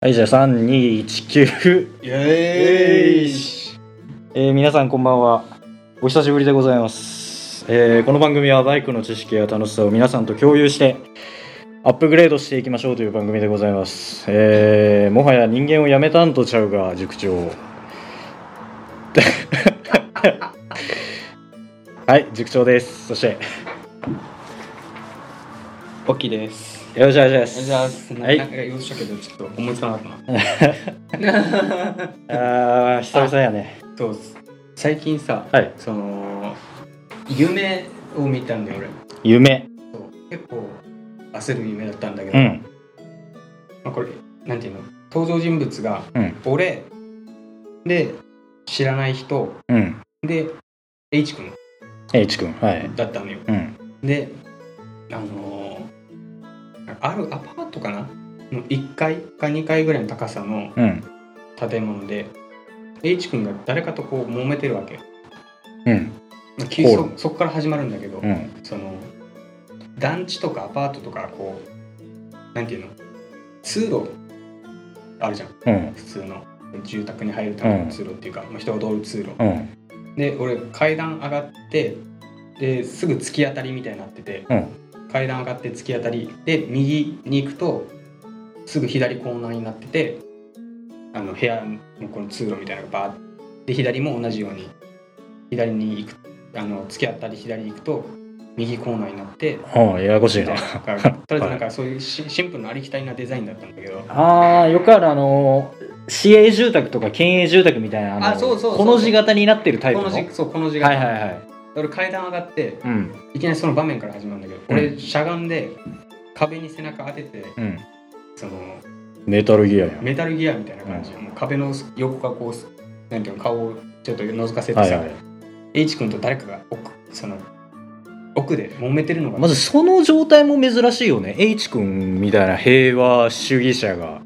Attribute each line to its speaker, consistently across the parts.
Speaker 1: はい、じゃあ3、2、1、9。
Speaker 2: イエーイ
Speaker 1: えー皆さんこんばんは。お久しぶりでございます。えーこの番組はバイクの知識や楽しさを皆さんと共有して、アップグレードしていきましょうという番組でございます。えーもはや人間をやめたんとちゃうが、塾長。 はい、塾長です。そして、
Speaker 2: オッキーです
Speaker 1: よろしくお願いします。
Speaker 2: じゃあす
Speaker 1: はい
Speaker 2: なんか言おうとしたけどちょっと思いつかなかったな
Speaker 1: あー久々やね。
Speaker 2: そうっす最近さ
Speaker 1: はい。
Speaker 2: その夢を見たんだよ俺
Speaker 1: 夢。
Speaker 2: そう結構焦る夢だったんだけど、
Speaker 1: うん。
Speaker 2: まあ、これなんていうの登場人物が
Speaker 1: うん。
Speaker 2: 俺で知らない人
Speaker 1: うん。
Speaker 2: で H 君
Speaker 1: H 君。はい。
Speaker 2: だったのよ
Speaker 1: うん。
Speaker 2: であのーあるアパートかなの1階か2階ぐらいの高さの
Speaker 1: うん。
Speaker 2: 建物で H 君が誰かとこう揉めてるわけよ
Speaker 1: うん。
Speaker 2: まあ急
Speaker 1: ほ
Speaker 2: そそこから始まるんだけど、
Speaker 1: うん。
Speaker 2: その団地とかアパートとかこうなんていうの通路あるじゃん
Speaker 1: うん。
Speaker 2: 普通の住宅に入るための通路っていうか、まあ人が通る通路
Speaker 1: うん。
Speaker 2: で俺階段上がってですぐ突き当たりみたいになってて、
Speaker 1: うん
Speaker 2: 階段上がって突き当たりで右に行くとすぐ左コーナーになっててあの部屋のこの通路みたいなのがバーッで左も同じように左に行くあの突き当たり左に行くと右コーナーになって
Speaker 1: うん。ややこしい
Speaker 2: みた
Speaker 1: な。
Speaker 2: いなとりあえずなんかそういうしシンプルなありきたりなデザインだったんだけど
Speaker 1: ああ、よくあるあのー、市営住宅とか県営住宅みたいな、の
Speaker 2: あそうそうそう
Speaker 1: この字型になってるタイプの。
Speaker 2: この字そうこの字が、
Speaker 1: はいはいはい。
Speaker 2: 俺階段上がって
Speaker 1: うん。
Speaker 2: いきなりその場面から始まるんだけど、俺しゃがんで壁に背中当てて
Speaker 1: うん。
Speaker 2: その
Speaker 1: メタルギアやん。
Speaker 2: メタルギアみたいな感じで、もう壁の横がこうなんていうの顔をちょっと覗かせてさ、
Speaker 1: はいはい。
Speaker 2: H 君と誰かが奥その奥で揉めてるのが、
Speaker 1: まずその状態も珍しいよね。H 君みたいな平和主義者が、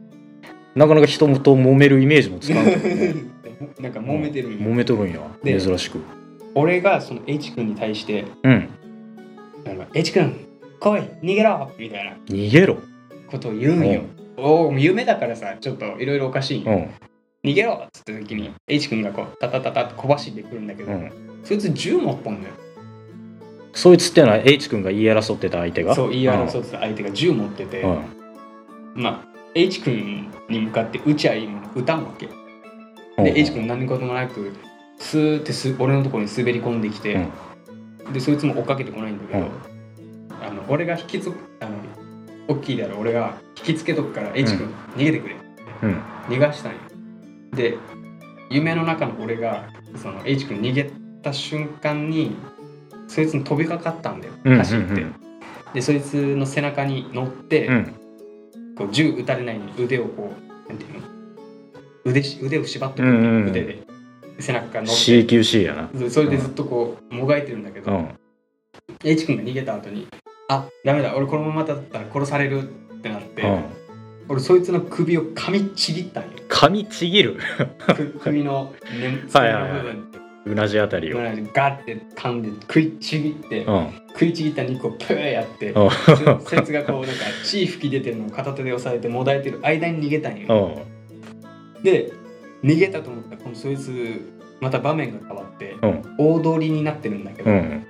Speaker 1: なかなか人と揉めるイメージもつかんけど ね
Speaker 2: なんか揉めてる、
Speaker 1: 揉めとるんや。
Speaker 2: で
Speaker 1: 珍しく。
Speaker 2: 俺がその H 君に対して
Speaker 1: うん。
Speaker 2: 「あの H 君来い逃げろ!」みたいな
Speaker 1: 逃げろ。
Speaker 2: ことを言うんよ。おお夢だからさちょっといろいろおかしいん
Speaker 1: う
Speaker 2: よ、
Speaker 1: ん。
Speaker 2: 逃げろっつった時に H 君がこうタタタタって小走ってくるんだけど、
Speaker 1: うん。
Speaker 2: そいつ銃持っとんだよ
Speaker 1: そいつってのは H 君が言い争ってた相手が。
Speaker 2: そう言い争ってた相手が銃持ってて、
Speaker 1: うん。
Speaker 2: まあ H 君に向かって打ちゃいいもの歌うわけ
Speaker 1: うん。
Speaker 2: で H 君何事もなくスーってす俺のところに滑り込んできて、でそいつも追っかけてこないんだけど、
Speaker 1: うん
Speaker 2: あの俺が引きつあの大きいである俺が引きつけとくから H 君逃げてくれ、
Speaker 1: うん
Speaker 2: 逃がしたんよで夢の中の俺がその H 君逃げた瞬間にそいつに飛びかかったんだよ
Speaker 1: うん
Speaker 2: 走って、
Speaker 1: うんうん
Speaker 2: でそいつの背中に乗って、
Speaker 1: うん。
Speaker 2: こう銃撃たれないように腕をこうなんていうの腕し腕を縛っとく、
Speaker 1: うんうんうん
Speaker 2: 腕で背中から乗って
Speaker 1: CQC やな。
Speaker 2: それでずっとこうもがいてるんだけ
Speaker 1: う
Speaker 2: ど、
Speaker 1: ん。
Speaker 2: H 君が逃げた後に「あダメだ俺このままだったら殺される」ってなって、
Speaker 1: うん。
Speaker 2: 俺そいつの首を噛みち ぎったんよ
Speaker 1: 髪ちぎる
Speaker 2: く首の根付
Speaker 1: はい
Speaker 2: け
Speaker 1: は
Speaker 2: の
Speaker 1: いはいう
Speaker 2: 部分
Speaker 1: うなじあたりを、うん、
Speaker 2: ガッて噛んで食いちぎって、食いちぎった肉をプーやって、
Speaker 1: うん
Speaker 2: そそいつがこうなんか血吹き出てるのを片手で押さえてもだえてる間に逃げたんよ、
Speaker 1: うん
Speaker 2: で逃げたと思ったらこのそいつまた場面が変わって
Speaker 1: うん
Speaker 2: 大通りになってるんだけど、
Speaker 1: うん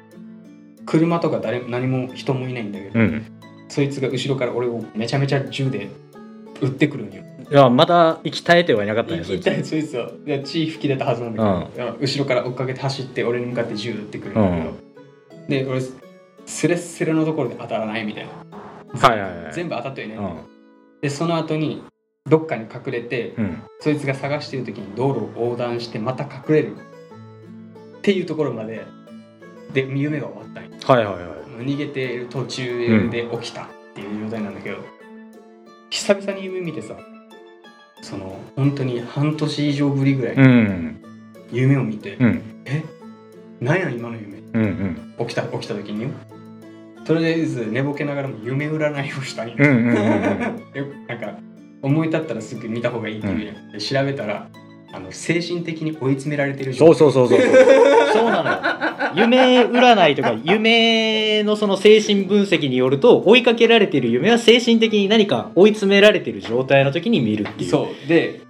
Speaker 2: 車とか誰も何も人もいないんだけど、
Speaker 1: うん
Speaker 2: そいつが後ろから俺をめちゃめちゃ銃で撃ってくるんよ。
Speaker 1: いやまだ生き絶えてはいなかったねそ
Speaker 2: 一
Speaker 1: いつ
Speaker 2: 体そいつはで血吹き出たはずなんだけど、後ろから追っかけて走って俺に向かって銃撃ってくるんだけど、で俺スレッスレのところで当たらないみたいな
Speaker 1: はいはいはい
Speaker 2: 全部当たってはいないん
Speaker 1: う
Speaker 2: だけど、
Speaker 1: ん
Speaker 2: でその後にどっかに隠れて
Speaker 1: うん
Speaker 2: そいつが探してる時に道路を横断してまた隠れるっていうところまでで夢が終わったんよ
Speaker 1: はいはいはい
Speaker 2: 逃げてる途中で起きたっていう状態なんだけど、久々に夢見てさその本当に半年以上ぶりぐら
Speaker 1: う
Speaker 2: い
Speaker 1: ん
Speaker 2: 夢を見て、
Speaker 1: うん
Speaker 2: なんや今の夢
Speaker 1: うんうん
Speaker 2: 起きた起きた時によとりあえず寝ぼけながらも夢占いをしたい、
Speaker 1: うんうんうんうん
Speaker 2: よなんか思い立ったらすぐ見た方がいいっていうやん、で調べたらあの精神的に追い詰められてる
Speaker 1: そう
Speaker 2: う
Speaker 1: そうそうそうそうそうなのよ夢占いとか夢のその精神分析によると追いかけられてる夢は精神的に何か追い詰められてる状態の時に見るっていう
Speaker 2: そうで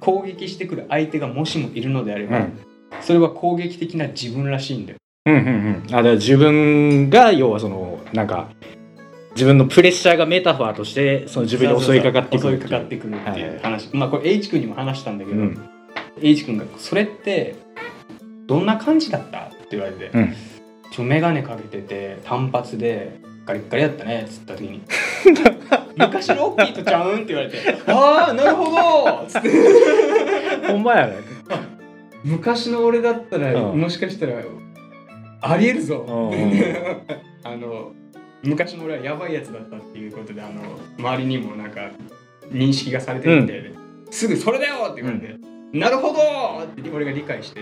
Speaker 2: 攻撃してくる相手がもしもいるのであれ
Speaker 1: う
Speaker 2: ば、
Speaker 1: ん
Speaker 2: それは攻撃的な自分らしいんだよ
Speaker 1: うんうんうんあだから自分が要はそのなんか自分のプレッシャーがメタファーとしてその自分に襲いかかってくる
Speaker 2: 襲いかかってくるって
Speaker 1: はいいう
Speaker 2: 話、まあこれ H 君にも話したんだけ
Speaker 1: う
Speaker 2: ど、
Speaker 1: ん
Speaker 2: H 君が「それってどんな感じだった?」って言われて
Speaker 1: うん
Speaker 2: 「ちょ眼鏡かけてて単発でガリッガリだったね」っつった時 に「昔のオッキーとちゃうん?」って言われて「ああなるほど!」つって
Speaker 1: ほんまやね
Speaker 2: 昔の俺だったら、
Speaker 1: うん
Speaker 2: もしかしたらありえるぞ、
Speaker 1: うんうん
Speaker 2: あの昔の俺はやばいやつだったっていうことであの周りにもなんか認識がされてるみたいで、すぐ「それだよ!」って言われて「なるほど!」って俺が理解して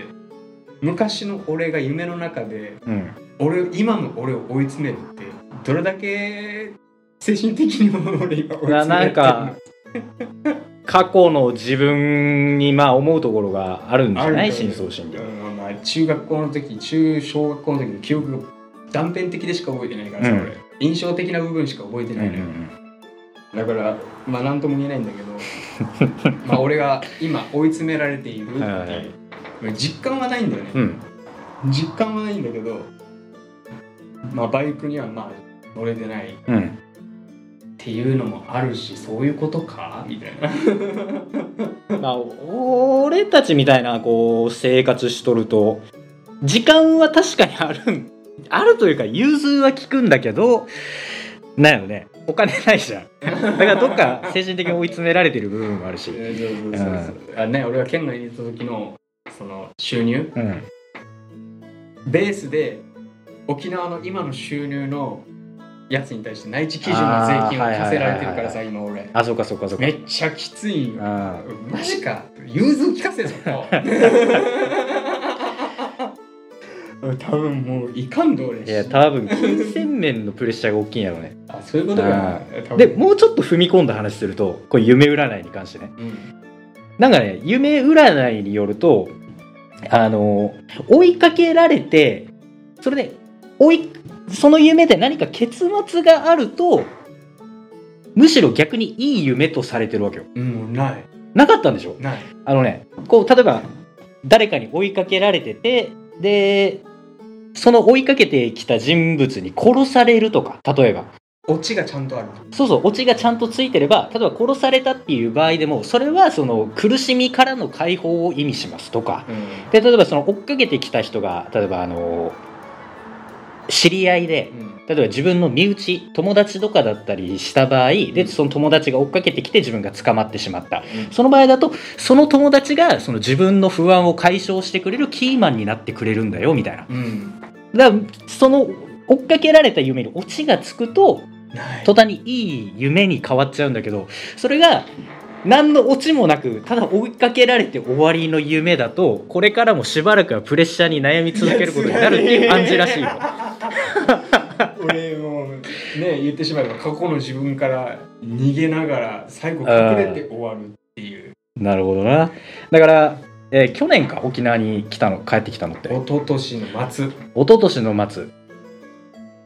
Speaker 2: 昔の俺が夢の中で
Speaker 1: うん
Speaker 2: 俺今の俺を追い詰めるってどれだけ精神的にも俺今追い詰めら
Speaker 1: な
Speaker 2: れてるの
Speaker 1: なんか過去の自分にまあ思うところがあるんじゃない深層心理
Speaker 2: うんまあ、中学校の時中小学校の時の記憶が断片的でしか覚えてないからさ、
Speaker 1: うん
Speaker 2: 俺印象的な部分しか覚えて
Speaker 1: うん
Speaker 2: な
Speaker 1: う
Speaker 2: い
Speaker 1: ん
Speaker 2: のよ、だからまあ何とも言えないんだけど まあ俺が今追い詰められているっていう、
Speaker 1: はいはいはい
Speaker 2: まあ実感はないんだよね、
Speaker 1: うんうん
Speaker 2: 実感はないんだけどまあバイクにはまあ乗れてないっ
Speaker 1: うん
Speaker 2: ていうのもあるしそういうことかみたいな
Speaker 1: まあ俺たちみたいなこう生活しとると時間は確かにあるんあるというか融通は効くんだけどなんやろねお金ないじゃんだからどっか精神的に追い詰められてる部分もあるし
Speaker 2: そうそうそうそうあね俺が県外にいた時のその収入、
Speaker 1: うん
Speaker 2: ベースで沖縄の今の収入のやつに対して内地基準の税金を課せられてるからさ今俺
Speaker 1: あそうかそうかそうか
Speaker 2: めっちゃきついんよ
Speaker 1: あー
Speaker 2: マジか融通聞かせそこ 多分もういかんど俺
Speaker 1: いや多分金銭面のプレッシャーが大きいんやろね
Speaker 2: あそういうことかな
Speaker 1: あ
Speaker 2: 多分
Speaker 1: でもうちょっと踏み込んだ話するとこれ夢占いに関してね
Speaker 2: うん
Speaker 1: なんかね夢占いによるとあの追いかけられてそれで追いその夢で何か結末があるとむしろ逆にいい夢とされてるわけよ
Speaker 2: うんもうない
Speaker 1: なかったんでしょ
Speaker 2: ない
Speaker 1: あのねこう例えば誰かに追いかけられててでその追いかけてきた人物に殺されるとか例えば
Speaker 2: オチがちゃんとある
Speaker 1: そうそう、オチがちゃんとついてれば、例えば殺されたっていう場合でも、それはその苦しみからの解放を意味しますとか、
Speaker 2: う
Speaker 1: で、例えばその追っかけてきた人が、例えばあの、知り合いで、
Speaker 2: ん
Speaker 1: 例えば自分の身内、友達とかだったりした場合、
Speaker 2: う
Speaker 1: で、
Speaker 2: ん
Speaker 1: その友達が追っかけてきて自分が捕まってしまった。
Speaker 2: うん
Speaker 1: その場合だと、その友達がその自分の不安を解消してくれるキーマンになってくれるんだよ、みたいな。
Speaker 2: うん
Speaker 1: だから、その追っかけられた夢にオチがつくと、
Speaker 2: ない
Speaker 1: 途端にいい夢に変わっちゃうんだけどそれが何のオチもなくただ追いかけられて終わりの夢だとこれからもしばらくはプレッシャーに悩み続けることになるっていう暗示らしいよ。
Speaker 2: 俺もうね言ってしまえば過去の自分から逃げながら最後隠れて終わるっていう
Speaker 1: なるほどなだから、えー去年か沖縄に来たの帰ってきたのって
Speaker 2: 一昨年の末
Speaker 1: 一昨年の末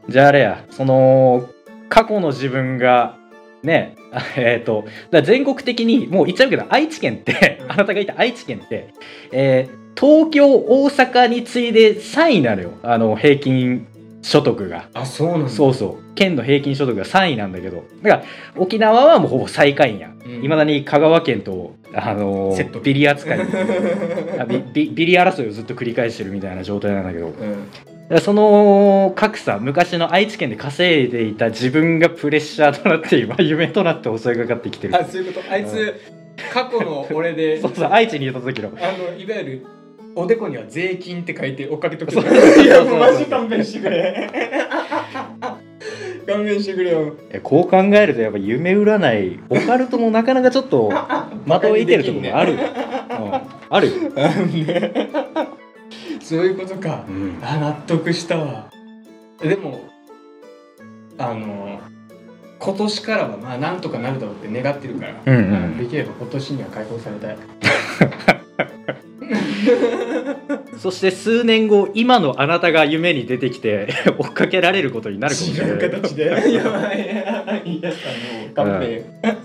Speaker 1: じゃああれやその過去の自分がね あえっ、とだから全国的にもう言っちゃうけど愛知県って
Speaker 2: うん
Speaker 1: あなたがいた愛知県って、えー東京大阪に次いで3位になるよあの平均所得が。
Speaker 2: あそうなんだ
Speaker 1: そうそう県の平均所得が3位なんだけどだから沖縄はもうほぼ最下位や
Speaker 2: うん
Speaker 1: いま、未だに香川県と、あのー
Speaker 2: セット
Speaker 1: ビリ扱いあビビビリ争いをずっと繰り返してるみたいな状態なんだけど
Speaker 2: うん
Speaker 1: だからその格差昔の愛知県で稼いでいた自分がプレッシャーとなって今夢となって襲いかかってきてる
Speaker 2: あそういうことあいつ過去の俺で
Speaker 1: そうそう愛知にいた時の
Speaker 2: あのいわゆるおでこには税金って書いて追っかけとけ
Speaker 1: そう
Speaker 2: いやも
Speaker 1: そうう
Speaker 2: マジ勘弁してくれ勘弁してくれよ
Speaker 1: えこう考えるとやっぱ夢占いオカルトもなかなかちょっとまといてるところもある、うんあるよ、
Speaker 2: あのねそういうことか
Speaker 1: うん
Speaker 2: あ納得したわでもあの今年からはまあなんとかなるだろうって願ってるから、
Speaker 1: うんうん
Speaker 2: できれば今年には解放されたい
Speaker 1: そして数年後今のあなたが夢に出てきて 追っかけられることになるかもしれない
Speaker 2: 違う形でやば いやばいやったの勘弁、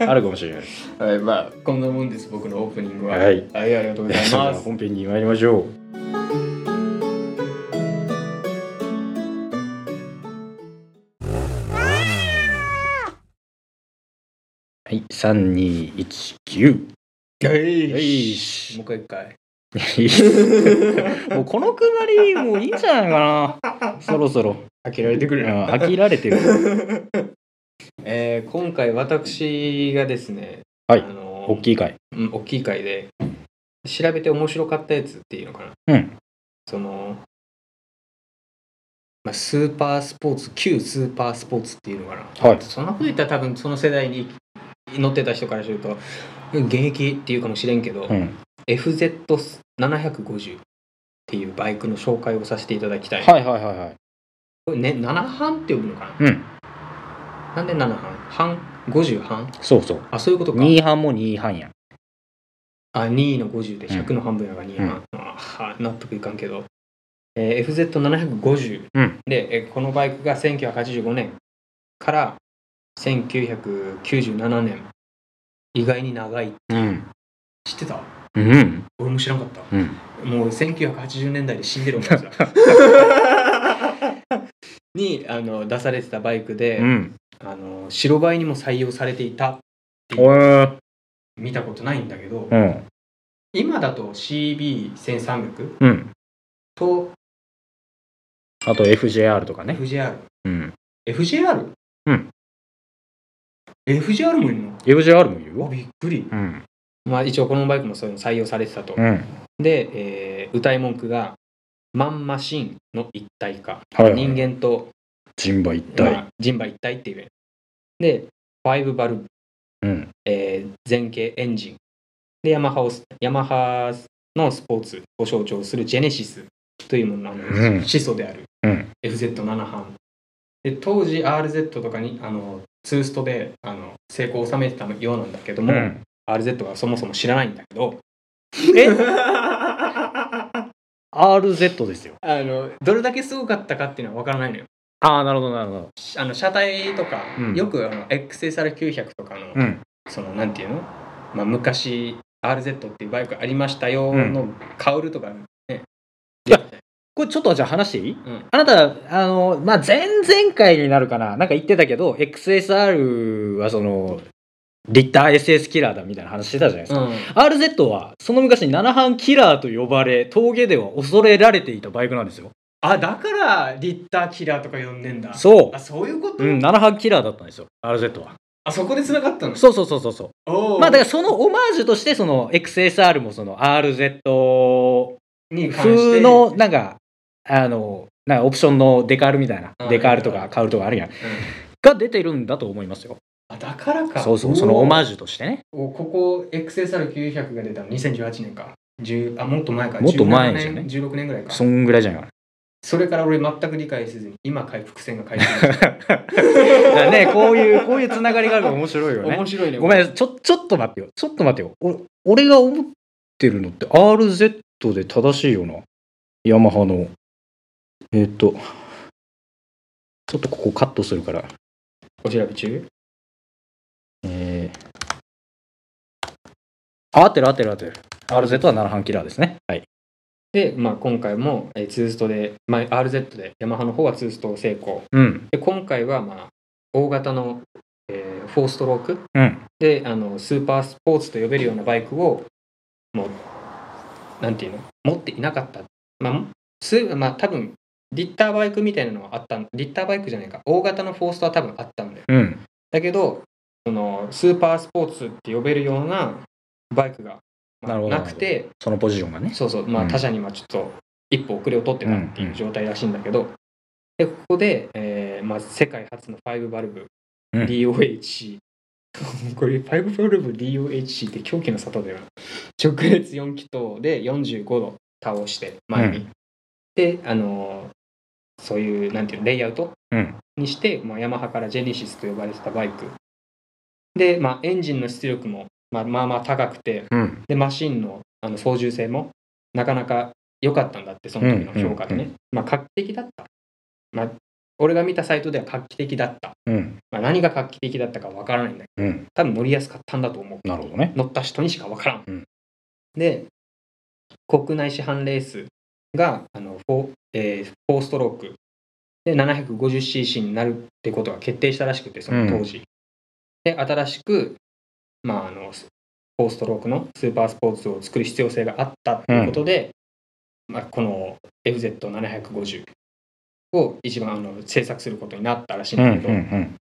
Speaker 1: あるかもしれない
Speaker 2: はいまあこんなもんです僕のオープニングは
Speaker 1: はい
Speaker 2: ありがとうござい
Speaker 1: それで
Speaker 2: ま
Speaker 1: は
Speaker 2: す
Speaker 1: 本編に参りましょうはい3219
Speaker 2: よ
Speaker 1: よ
Speaker 2: い
Speaker 1: い
Speaker 2: し
Speaker 1: し
Speaker 2: もう一回一 回
Speaker 1: もうこのくだりもういいんじゃないかなそろそろ
Speaker 2: 飽きられてく
Speaker 1: うん
Speaker 2: るな
Speaker 1: 飽きられてる
Speaker 2: えー今回私がですね、
Speaker 1: はい
Speaker 2: あの
Speaker 1: 大きい回
Speaker 2: うん、大きい回で調べて面白かったやつっていうのかな
Speaker 1: うん
Speaker 2: その、まあ、スーパースポーツ旧スーパースポーツっていうのかな、
Speaker 1: はい
Speaker 2: そんなこと言ったら多分その世代に乗ってた人からするとうん現役っていうかもしれんけど、
Speaker 1: うん
Speaker 2: FZ750 っていうバイクの紹介をさせていただきたい、
Speaker 1: はいはいはいはい
Speaker 2: これね7半って呼ぶのかな、
Speaker 1: うん
Speaker 2: なんで7半半50半
Speaker 1: そうそう
Speaker 2: あそういうことか
Speaker 1: 2班も2班や
Speaker 2: あ2の50で
Speaker 1: うん
Speaker 2: 100の半分やが2半、あは納得いかんけど、えー FZ750、
Speaker 1: うん
Speaker 2: で、えーこのバイクが1985年から1997年意外に長い
Speaker 1: うん
Speaker 2: 知ってた
Speaker 1: うん
Speaker 2: 俺も知らんかった
Speaker 1: うん
Speaker 2: もう1980年代で死ん でる思いだ にあの出されてたバイクで、
Speaker 1: うん
Speaker 2: あの白バイにも採用されていた
Speaker 1: おえ
Speaker 2: 見たことないんだけど、
Speaker 1: うん
Speaker 2: 今だと CB1300
Speaker 1: うん
Speaker 2: と
Speaker 1: あと FJR とかね
Speaker 2: FJR、
Speaker 1: うん
Speaker 2: FJR?
Speaker 1: うん。
Speaker 2: FJR もいるの
Speaker 1: FJR もいる
Speaker 2: うわ
Speaker 1: よ
Speaker 2: びっくり。
Speaker 1: うん
Speaker 2: まあ一応このバイクもそういうの採用されてたと。
Speaker 1: うん
Speaker 2: で、えー歌い文句が、マンマシンの一体化。
Speaker 1: はい
Speaker 2: 人間と、
Speaker 1: 人馬一
Speaker 2: ま
Speaker 1: 体
Speaker 2: あ、人馬一体っていうね。で、ファイブバルブ、
Speaker 1: うん
Speaker 2: えー前傾エンジン。で、ヤマハをス、ヤマハのスポーツを象徴するジェネシスというものの、
Speaker 1: うん
Speaker 2: 始祖である。
Speaker 1: うん
Speaker 2: FZ7 班で当時 RZ とかにあのツーストであの成功を収めてたようなんだけども、RZ はそもそも知らないんだけ ど
Speaker 1: え
Speaker 2: あ
Speaker 1: RZ ですよ
Speaker 2: のどれだけすごかったかっていうのは分からないのよ
Speaker 1: ああなるほどなるほど
Speaker 2: あの車体とか、
Speaker 1: うん
Speaker 2: よくあの XSR900 とかの、
Speaker 1: うん
Speaker 2: そのなんていうの、まあ、昔 RZ っていうバイクありましたよのカウルとかね、
Speaker 1: これちょっとじゃあ話していい
Speaker 2: うん
Speaker 1: あなた、あの、まあ、前々回になるかななんか言ってたけど、XSR はその、リッター SS キラーだみたいな話してたじゃないですか。RZ は、その昔に7班キラーと呼ばれ、峠では恐れられていたバイクなんですよ。
Speaker 2: あだからリッターキラーとか呼んでんだ
Speaker 1: そう
Speaker 2: あそういうこと、
Speaker 1: うん、7班キラーだったんですよ、RZ は。
Speaker 2: あそこで繋がったの
Speaker 1: そうそうそうそうそう。
Speaker 2: お ー
Speaker 1: まあ、だからそのオマージュとして、その XSR もその RZ
Speaker 2: に関して
Speaker 1: 風の、なんか、あの、なんかオプションのデカールみたいな
Speaker 2: うん、
Speaker 1: デカールとかカウルとかあるやん
Speaker 2: う。ん
Speaker 1: が出てるんだと思いますよ。
Speaker 2: あだからか
Speaker 1: そうそう、そのオマ
Speaker 2: 前
Speaker 1: ージュとしてね。
Speaker 2: ここ XSR900 が出たの2018年か10あもっと前か
Speaker 1: もっと前じゃね
Speaker 2: 17年16年ぐらいか
Speaker 1: そ
Speaker 2: そ
Speaker 1: んぐらいじゃないか
Speaker 2: れから俺全く理解せずに今回伏線が回復した
Speaker 1: な。だから ね、こういう、こういうつながりがあるから面白いよね
Speaker 2: 面。白いね
Speaker 1: ごめん、ちょ、ちょっと待ってよ。ちょっと待ってよ。お俺が思ってるのって RZ で正しいよな。ヤマハの。えっ、と、ちょっとここカットするから。
Speaker 2: お調べ中
Speaker 1: えー、あ、合ってる合ってる合ってる。RZ は7半キラーですね。はい。
Speaker 2: で、まあ、今回も、えー、ツーストで、まあ、RZ でヤマハの方はツースト成功
Speaker 1: うん。
Speaker 2: で今回は、まあ、大型の、えー、4ストローク
Speaker 1: うん。
Speaker 2: であのスーパースポーツと呼べるようなバイクをもうなんていうの持っていなかったまあすまあ多分リッターバイクみたいなのはあったんリッターバイクじゃないか大型のフォーストは多分あったんだよ
Speaker 1: うん。
Speaker 2: だけどそのスーパースポーツって呼べるようなバイクが、まあ
Speaker 1: なるほど
Speaker 2: なくて
Speaker 1: そのポジションがね。
Speaker 2: そうそうまあ
Speaker 1: うん
Speaker 2: 他社にはちょっと一歩遅れを取ってたっていう状態らしいんだけど、でここで、えーまあ、世界初の5バルブ
Speaker 1: うん
Speaker 2: DOHC、こ れ5バルブ DOHC って狂気の里だよな直列4気筒で45度倒して前に、
Speaker 1: う
Speaker 2: であのーそういうなんていうのレイアウト
Speaker 1: うん。
Speaker 2: にして、まあ、ヤマハからジェネシスと呼ばれてたバイクで、まあ、エンジンの出力も、まあ、まあまあ高くて
Speaker 1: うん。
Speaker 2: でマシンのあの操縦性もなかなか良かったんだってその時の評価でね、
Speaker 1: う
Speaker 2: まあ画期的だった、まあ、俺が見たサイトでは画期的だった、
Speaker 1: うん
Speaker 2: まあ、何が画期的だったかわからないんだけど
Speaker 1: うん
Speaker 2: 多分乗りやすかったんだと思う
Speaker 1: なるほどね
Speaker 2: 乗った人にしかわからん、
Speaker 1: うん
Speaker 2: で国内市販レースがあの 4,、えーフォーストロークで 750cc になるってことが決定したらしくてその当時、で新しく、まあ、あの4ストロークのスーパースポーツを作る必要性があったということで、まあ、この FZ750 を一番あの制作することになったらしいん
Speaker 1: うんう
Speaker 2: だけ
Speaker 1: ん
Speaker 2: ど、
Speaker 1: うん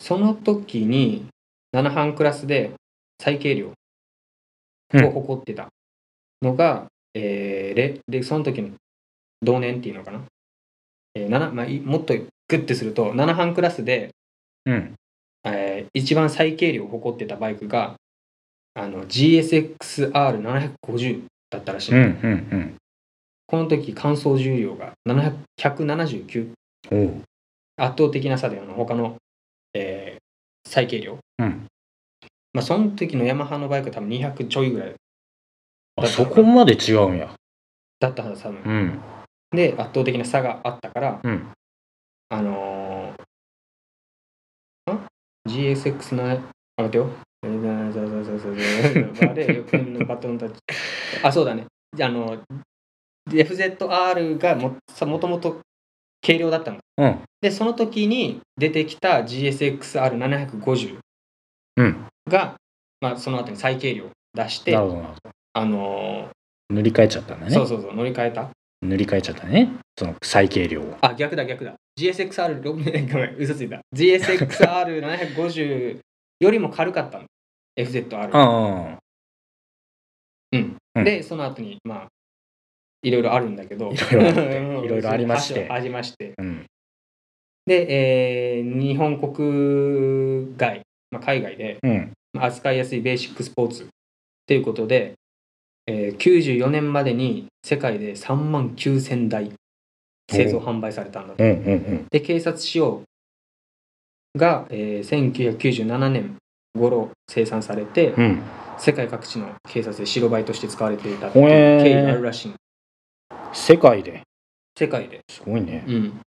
Speaker 2: その時に7班クラスで最軽量
Speaker 1: うん
Speaker 2: を誇ってたのが、えーレレその時の同年っていうのかな、えー7まあ、いもっとグッてすると7班クラスで、
Speaker 1: うん
Speaker 2: えー一番最軽量を誇ってたバイクがあの GSXR750 だったらしい、
Speaker 1: うんうん
Speaker 2: この時乾燥重量が700 179
Speaker 1: うんおう
Speaker 2: 圧倒的な差であの他の、えー最軽量
Speaker 1: うん
Speaker 2: まあ、その時のヤマハのバイクは多分200ちょいぐらい
Speaker 1: あそこまで違うんや
Speaker 2: だったはず多分、
Speaker 1: うん
Speaker 2: で圧倒的な差があったから
Speaker 1: うん
Speaker 2: あのー、ん ?GSX のあ待ってよザザザザザザザあれ横のバトンタッチ あそうだねじゃああの FZR がもさもともと軽量だったんだ
Speaker 1: うん
Speaker 2: でその時に出てきた GSXR750
Speaker 1: うん
Speaker 2: が、まあ、その後に最軽量を出して
Speaker 1: なるほどなるほ
Speaker 2: あの
Speaker 1: ど塗り替えちゃったんだ
Speaker 2: ーそう
Speaker 1: ね
Speaker 2: そうそう乗り換えた
Speaker 1: 塗り替えちゃったねその最軽量を
Speaker 2: あ、逆だ逆だ。GSXR6、ごめん、嘘ついた。GSXR750 よりも軽かったの。FZR。
Speaker 1: あ
Speaker 2: うん
Speaker 1: うん
Speaker 2: で、その後に、まあ、いろいろあるんだけど、
Speaker 1: いろいろあって
Speaker 2: うん
Speaker 1: いろいろありまして
Speaker 2: ありまして。
Speaker 1: あうん
Speaker 2: で、えー日本国外、まあ、海外で
Speaker 1: うん
Speaker 2: まあ扱いやすいベーシックスポーツということで、えー94年までに世界で3万9000台製造販売されたんだって
Speaker 1: うんうんうん
Speaker 2: で警察仕様が、えー1997年頃生産されて、
Speaker 1: うん
Speaker 2: 世界各地の警察で白バイとして使われていたっていう経緯があるらしい、
Speaker 1: 世界で
Speaker 2: 世界で、
Speaker 1: すごいね
Speaker 2: うん、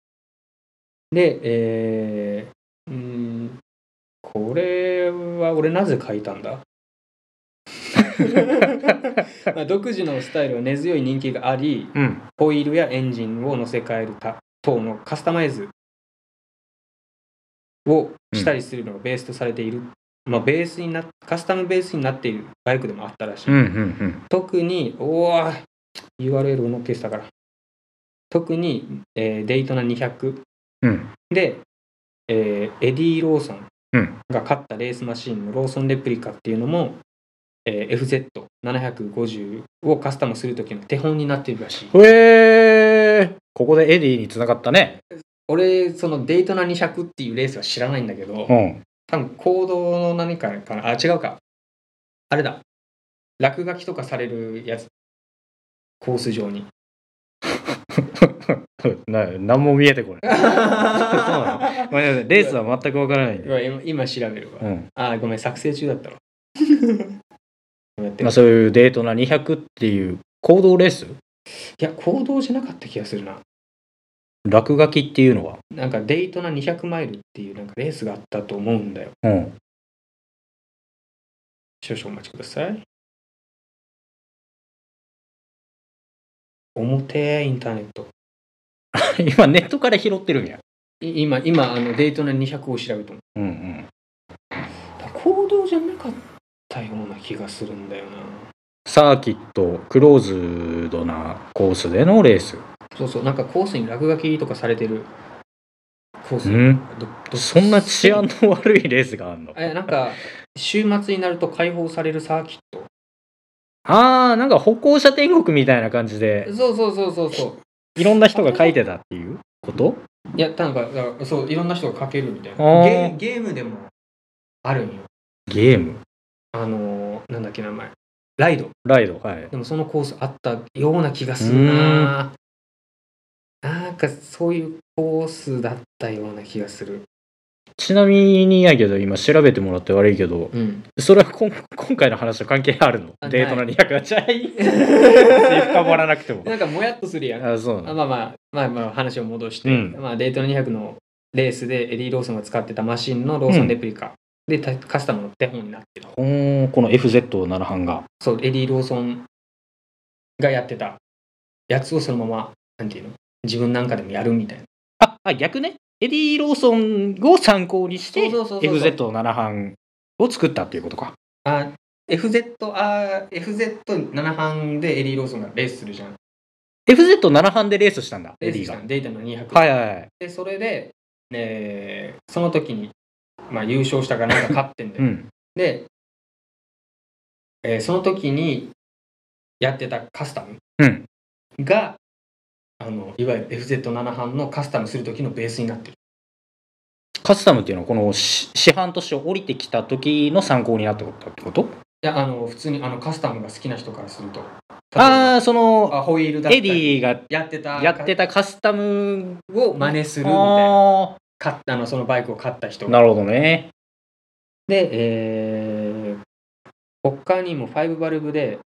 Speaker 2: でえーうーんこれは俺なぜ書いたんだ まあ独自のスタイルは根強い人気があり
Speaker 1: うん
Speaker 2: ホイールやエンジンを乗せ替えるた等のカスタマイズをしたりするのがベースとされている、まあ、ベースになカスタムベースになっているバイクでもあったらしい、
Speaker 1: うんうん
Speaker 2: 特におお URL を載っけてたから特に、えーデイトナ200
Speaker 1: うんうん
Speaker 2: で、えーエディ・ローソン
Speaker 1: うん
Speaker 2: が勝ったレースマシンのローソンレプリカっていうのも、えー FZ750 をカスタムするときの手本になっているらしい
Speaker 1: へえここでエディに繋がったね
Speaker 2: 俺そのデイトナ200っていうレースは知らないんだけど、
Speaker 1: うん
Speaker 2: 多分行動の何かかなあ違うかあれだ落書きとかされるやつコース 上に
Speaker 1: な何も見えてこない
Speaker 2: 今
Speaker 1: ごめんなさいレースは全くわからないんで
Speaker 2: 今調べるわ、
Speaker 1: うん
Speaker 2: あごめん作成中だ ったわこうやって
Speaker 1: まあそういうデートな200っていう行動レース
Speaker 2: いや行動じゃなかった気がするな
Speaker 1: 落書きっていうのは
Speaker 2: なんかデイトナ200マイルっていうなんかレースがあったと思うんだよ
Speaker 1: うん
Speaker 2: 少々お待ちください。表インターネット。
Speaker 1: 今ネットから拾ってるんや
Speaker 2: い今、今、あのデートの200を調べても。
Speaker 1: うんうん
Speaker 2: 行動じゃなかったような気がするんだよな。
Speaker 1: サーキットクローズドなコースでのレース
Speaker 2: そうそう、なんかコースに落書きとかされてるコース。
Speaker 1: うん
Speaker 2: どど
Speaker 1: そんな治安の悪いレースがあんの
Speaker 2: えなんか、週末になると解放されるサーキット。
Speaker 1: ああなんか歩行者天国みたいな感じで
Speaker 2: そうそうそうそうそう。
Speaker 1: いろんな人が書いてたっていうこと
Speaker 2: いや、なんか、だからそう、いろんな人が書けるみたい
Speaker 1: あ
Speaker 2: な。ゲ
Speaker 1: ー
Speaker 2: ーゲームでもあるんよ。
Speaker 1: ゲーム
Speaker 2: あのーなんだっけ、名前。ライド。
Speaker 1: ライドはい
Speaker 2: でもそのコースあったような気がするな。なんかそういうコースだったような気がする。
Speaker 1: ちなみにやけど今調べてもらって悪いけど
Speaker 3: うん。
Speaker 1: それはこん 今回の話と関係あるの
Speaker 3: あ
Speaker 1: デートの208じゃあ いい別に深掘らなくても
Speaker 3: なんかもやっとするやん。
Speaker 1: あそうな
Speaker 3: あ
Speaker 1: の
Speaker 3: まあまあ、まあまあ話を戻して、
Speaker 1: うん
Speaker 3: まあデートの200のレースでエディ・ローソンが使ってたマシンのローソンレプリカでたカスタムの手本になってる。
Speaker 1: ほーんこの FZ7 班が
Speaker 3: そう、エディ・ローソンがやってたやつをそのまま、なんていうの自分なんかでもやるみたいな。
Speaker 1: ああ逆ねエディ・ローソンを参考にして
Speaker 3: そうそうそうそう
Speaker 1: FZ7 班を作ったっていうことか
Speaker 2: あ FZ あ FZ7 班でエリー・ローソンがレースするじゃん
Speaker 1: FZ7 班でレースしたんだ
Speaker 3: レ
Speaker 1: エ
Speaker 3: ー
Speaker 1: デ
Speaker 3: ス
Speaker 1: ィ
Speaker 3: した
Speaker 1: が
Speaker 3: んデータの200。
Speaker 1: はいはいはい
Speaker 2: でそれで、えーその時に、まあ、優勝したかなんか勝ってんだ
Speaker 1: う
Speaker 2: よ、
Speaker 1: ん
Speaker 2: で、えーその時にやってたカスタム
Speaker 1: うん
Speaker 2: があのいわゆる FZ7 班のカスタムする時のベースになってる
Speaker 1: カスタムっていうのはこの市市販として降りてきた時の参考になってことってこと
Speaker 2: いやあの普通にあのカスタムが好きな人からすると
Speaker 1: あ
Speaker 2: 例え
Speaker 1: あその
Speaker 2: ばあホイールだった
Speaker 1: エデ
Speaker 2: り
Speaker 1: ィが
Speaker 2: やってた
Speaker 1: やってたカスタム
Speaker 2: を真似するみたいな
Speaker 1: あ
Speaker 2: 買ったあのそのバイクを買った人
Speaker 1: ーなるほどね
Speaker 2: で、えー、他にも5バルブで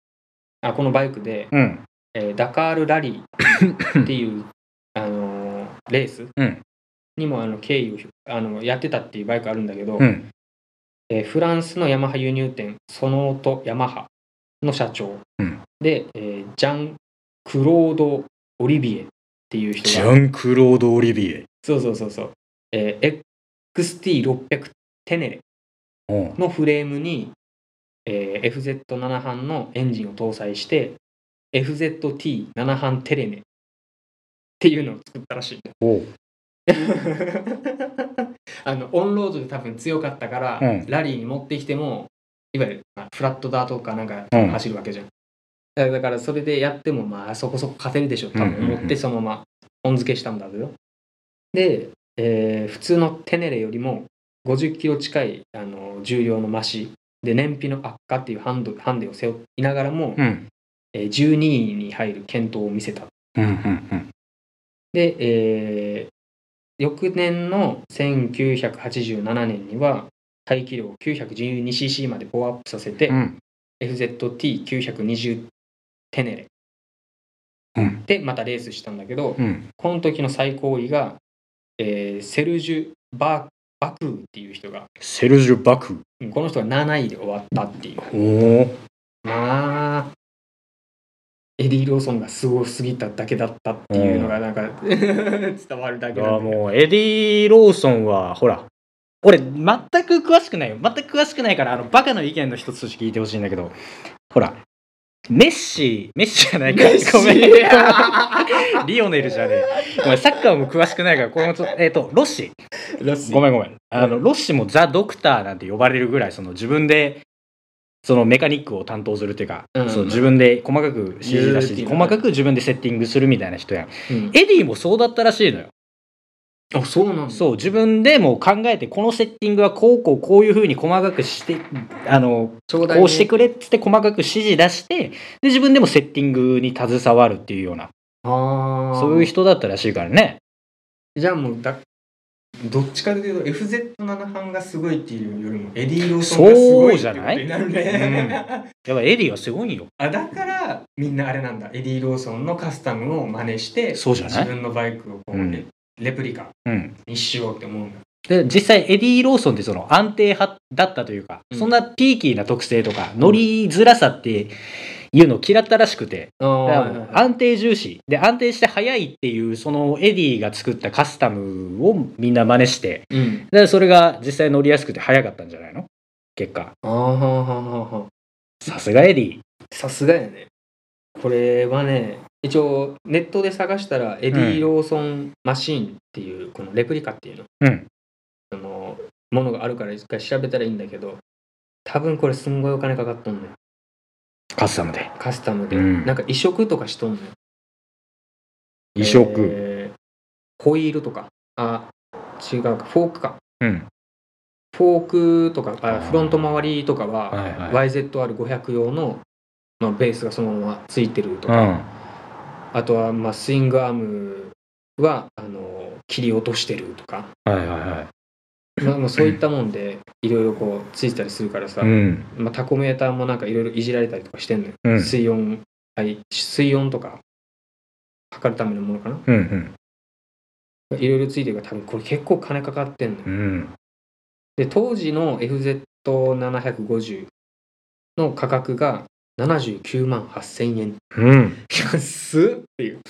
Speaker 2: あこのバイクで、
Speaker 1: うん
Speaker 2: えーダカールラリーって いう、あのーレース
Speaker 1: うん
Speaker 2: にもあの敬意をひあのやってたっていうバイクあるんだけど、
Speaker 1: うん
Speaker 2: えーフランスのヤマハ輸入店ソノートヤマハの社長、
Speaker 1: うん
Speaker 2: で、えージャン・クロード・オリビエっていう
Speaker 1: ジ
Speaker 2: 人が
Speaker 1: ャン・クロード・オリビエ
Speaker 2: そうそうそうそう、えー XT600 テネレ
Speaker 1: うん
Speaker 2: のフレームに、えー FZ7 班のエンジンを搭載して FZT7 班テレメっていうのを作ったらしいんだよ
Speaker 1: おう
Speaker 2: あのオンロードで多分強かったから、
Speaker 1: うん
Speaker 2: ラリーに持ってきてもいわゆるまあフラットダートかなんか
Speaker 1: うん
Speaker 2: 走るわけじゃん、だだからそれでやってもまあそこそこ勝てるでしょ多分思
Speaker 1: うんうん
Speaker 2: っ
Speaker 1: う
Speaker 2: て
Speaker 1: ん
Speaker 2: そのまま本付けしたんだけどで、えー普通のテネレよりも50キロ近いあの重量の増しで燃費の悪化っていうハンドハンデを背負いながらも、
Speaker 1: うん
Speaker 2: えー12位に入る健闘を見せた
Speaker 1: うんうんうん
Speaker 2: で、えー翌年の1987年には排気量を 912cc までパワーアップさせて、
Speaker 1: うん
Speaker 2: FZT920 テネレ、
Speaker 1: うん
Speaker 2: でまたレースしたんだけど、
Speaker 1: うん
Speaker 2: この時の最高位が、えーセルジュ・ババクーっていう人が
Speaker 1: セルジュ・バク
Speaker 2: うんこの人が7位で終わったってい
Speaker 1: お
Speaker 2: う
Speaker 1: お
Speaker 2: まあエディ・ローソンがすごすぎただけだったっていうのがなんか 伝わるだけ
Speaker 1: あ
Speaker 2: なんだけど
Speaker 1: もうエディ・ローソンはほら俺全く詳しくないよ全く詳しくないからあのバカの意見の一つとして聞いてほしいんだけどほらメッシメッシじゃないか
Speaker 3: メッシ
Speaker 1: ごめんリオネルじゃねえごめんサッカーも詳しくないからこれもちょえっ、とロッシ
Speaker 2: ロス
Speaker 1: ごめんごめんあのロッシもザ・ドクターなんて呼ばれるぐらいその自分でそのメカニックを担当するっていうか、
Speaker 2: うん
Speaker 1: そう自分で細かく CG 出
Speaker 2: 言うってい
Speaker 1: し
Speaker 2: う
Speaker 1: 細かく自分でセッティングするみたいな人やん
Speaker 2: うん
Speaker 1: エディもそうだったらしいのよ
Speaker 2: あそうなんだ
Speaker 1: そう自分でもう考えてこのセッティングはこうこうこういうふうに細かくしてあの
Speaker 2: ちょうだいね
Speaker 1: こうしてくれっつって細かく指示出してで自分でもセッティングに携わるっていうような
Speaker 2: ああ
Speaker 1: そういう人だったらしいからね
Speaker 2: じゃあもうだどっちかというと FZ7 班がすごいっていうよりもエディ・ローソンがすごいっていうことになるね、
Speaker 1: やっぱエディはすごいよ
Speaker 2: あだからみんなあれなんだエディ・ローソンのカスタムを真似して
Speaker 1: そうじゃない
Speaker 2: 自分のバイクをこ
Speaker 1: う
Speaker 2: う、
Speaker 1: ん
Speaker 2: レレプリカ
Speaker 1: うん
Speaker 2: にしようって思うんだ
Speaker 1: で実際エディ・ローソンってその安定派だったというか、
Speaker 2: うん
Speaker 1: そんなピーキーな特性とか乗りづらさっていうのを嫌ったらしくて、だからもう
Speaker 2: あ
Speaker 1: 安定重視で安定して速いっていうそのエディが作ったカスタムをみんな真似して
Speaker 2: うん
Speaker 1: でそれが実際乗りやすくて早かったんじゃないの結果
Speaker 2: あーはーはーはーは
Speaker 1: さすがエディ
Speaker 2: ーさすがやねこれはね一応ネットで探したらエディ・ローソンマシーンっていうこのレプリカっていうの
Speaker 1: うん
Speaker 2: そのものがあるから一回調べたらいいんだけど多分これすんごいお金かかっとんのよ
Speaker 1: カスタムで
Speaker 2: カスタムで、
Speaker 1: うん
Speaker 2: なんか移植とかしとんのよ
Speaker 1: 移植、
Speaker 2: えーホイールとかあ違うかフォークか
Speaker 1: うん
Speaker 2: フォークとかあ
Speaker 1: あー
Speaker 2: フロント周りとかは、
Speaker 1: はいはい
Speaker 2: YZR500 用の、まあ、ベースがそのままついてると
Speaker 1: う
Speaker 2: か、
Speaker 1: ん
Speaker 2: あとは、まあ、スイングアームはあの切り落としてるとか
Speaker 1: はいはいはい
Speaker 2: まあ、まあそういったもんでいろいろこうついてたりするからさ、
Speaker 1: うん
Speaker 2: まあ、タコメーターもなんかいろいろいじられたりとかしてんのよ、
Speaker 1: うん
Speaker 2: 水温はい水温とか測るためのものかな
Speaker 1: うん
Speaker 2: いろいろついてるから多分これ結構金かかってんのよ、
Speaker 1: うん
Speaker 2: で当時の FZ750 の価格が79万8000円
Speaker 1: うん
Speaker 2: 安っっていう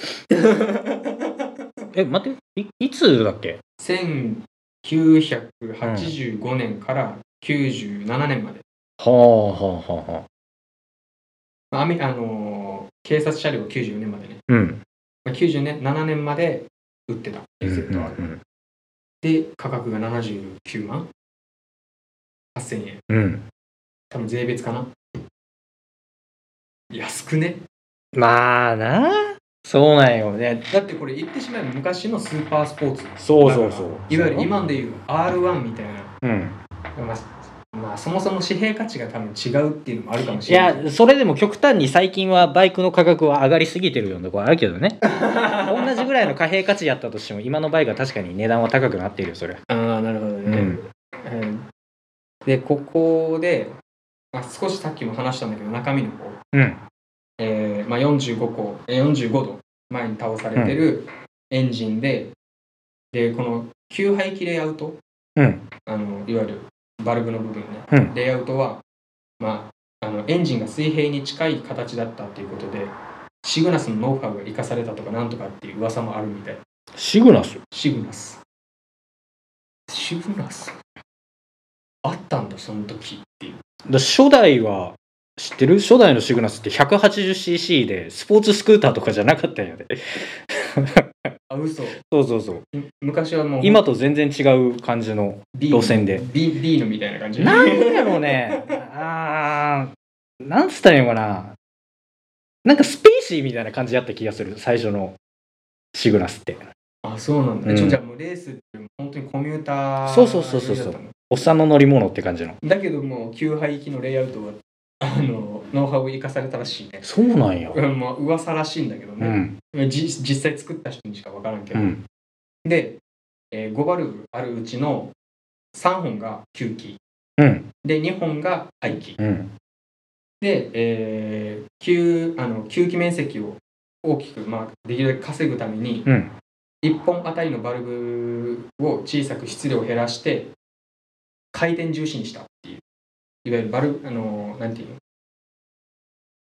Speaker 1: え待っていいつだっけ
Speaker 2: 1985年から97年まで、
Speaker 1: はあはあはあはあ
Speaker 2: まあアメあのー警察車両94年までね、
Speaker 1: うん
Speaker 2: まあ、97年7年まで売ってた FZ は、
Speaker 1: うん
Speaker 2: で価格が79万8000円
Speaker 1: うん
Speaker 2: 多分税別かな安くね
Speaker 1: まあなそうなんよね
Speaker 2: だってこれ言ってしまえば昔のスーパースポーツ
Speaker 1: そうそうそう
Speaker 2: いわゆる今でいう R1 みたいな、
Speaker 1: うん
Speaker 2: まあ、まあそもそも紙幣価値が多分違うっていうのもあるかもし
Speaker 1: い
Speaker 2: れない
Speaker 1: やそれでも極端に最近はバイクの価格は上がりすぎてるようなとこあるけど ね同じぐらいの貨幣価値やったとしても今のバイクは確かに値段は高くなっているよそれは
Speaker 2: ああなるほどね、
Speaker 1: うん
Speaker 2: うんでここで、まあ、少しさっきも話したんだけど中身の方、
Speaker 1: うん
Speaker 2: えーまあ、45個えー45度前に倒されてるエンジンで、でこの吸排気レイアウト
Speaker 1: うん
Speaker 2: あのいわゆるバルブの部分ね、
Speaker 1: うん
Speaker 2: レイアウトは、まあ、あのエンジンが水平に近い形だったっていうことでシグナスのノウハウが生かされたとかなんとかっていう噂もあるみたい
Speaker 1: シグナス
Speaker 2: シグナスシグナスあったんだその時っていう
Speaker 1: だ初代は知ってる初代のシグナスって 180cc でスポーツスクーターとかじゃなかったんやで
Speaker 2: あ嘘
Speaker 1: そうそうそう
Speaker 2: む昔はもう
Speaker 1: 今と全然違う感じの
Speaker 2: B の
Speaker 1: 路線で
Speaker 2: B, B のみたいな感じ
Speaker 1: なんやろうねあーなんつったらいいのかななんかスペーシーみたいな感じやった気がする最初のシグナスって
Speaker 2: あそうなんだ、
Speaker 1: うん
Speaker 2: ちょじゃあもうレースっていうのは本当にコミューター
Speaker 1: そうそうそうそうそう
Speaker 2: 寄りだったの
Speaker 1: おっさんの乗り物って感じの
Speaker 2: だけどもう吸排気のレイアウトはあのノウハウを生かされたらしいね
Speaker 1: そうなんや
Speaker 2: うんまあ噂らしいんだけど
Speaker 1: う
Speaker 2: ね、
Speaker 1: ん
Speaker 2: じ実際作った人にしか分からんけ
Speaker 1: う
Speaker 2: ど、
Speaker 1: ん
Speaker 2: で、え5バルブあるうちの3本が吸気
Speaker 1: うん
Speaker 2: で2本が排気
Speaker 1: うん
Speaker 2: で、えー吸あの吸気面積を大きく、まあ、できるだけ稼ぐために
Speaker 1: うん
Speaker 2: 1本あたりのバルブを小さく質量を減らして回転重視にしたっていういわゆるバルあのなんていうの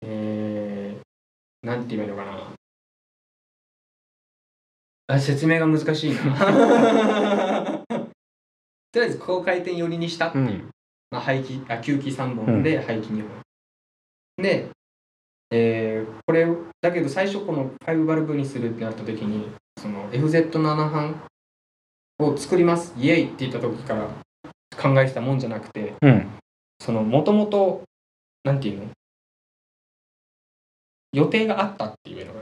Speaker 2: えー、なんて言えばいいのかなあ説明が難しいな とりあえず高回転寄りにしたっていう、まあ、排気あ吸気3本で排気2本、で、えーこれをだけど最初この5バルブにするってなった時にその FZ7 班を作りますイエイって言った時から考えてたもんじゃなくて
Speaker 1: うん
Speaker 2: そのもともとなんていうの予定があったっていうのが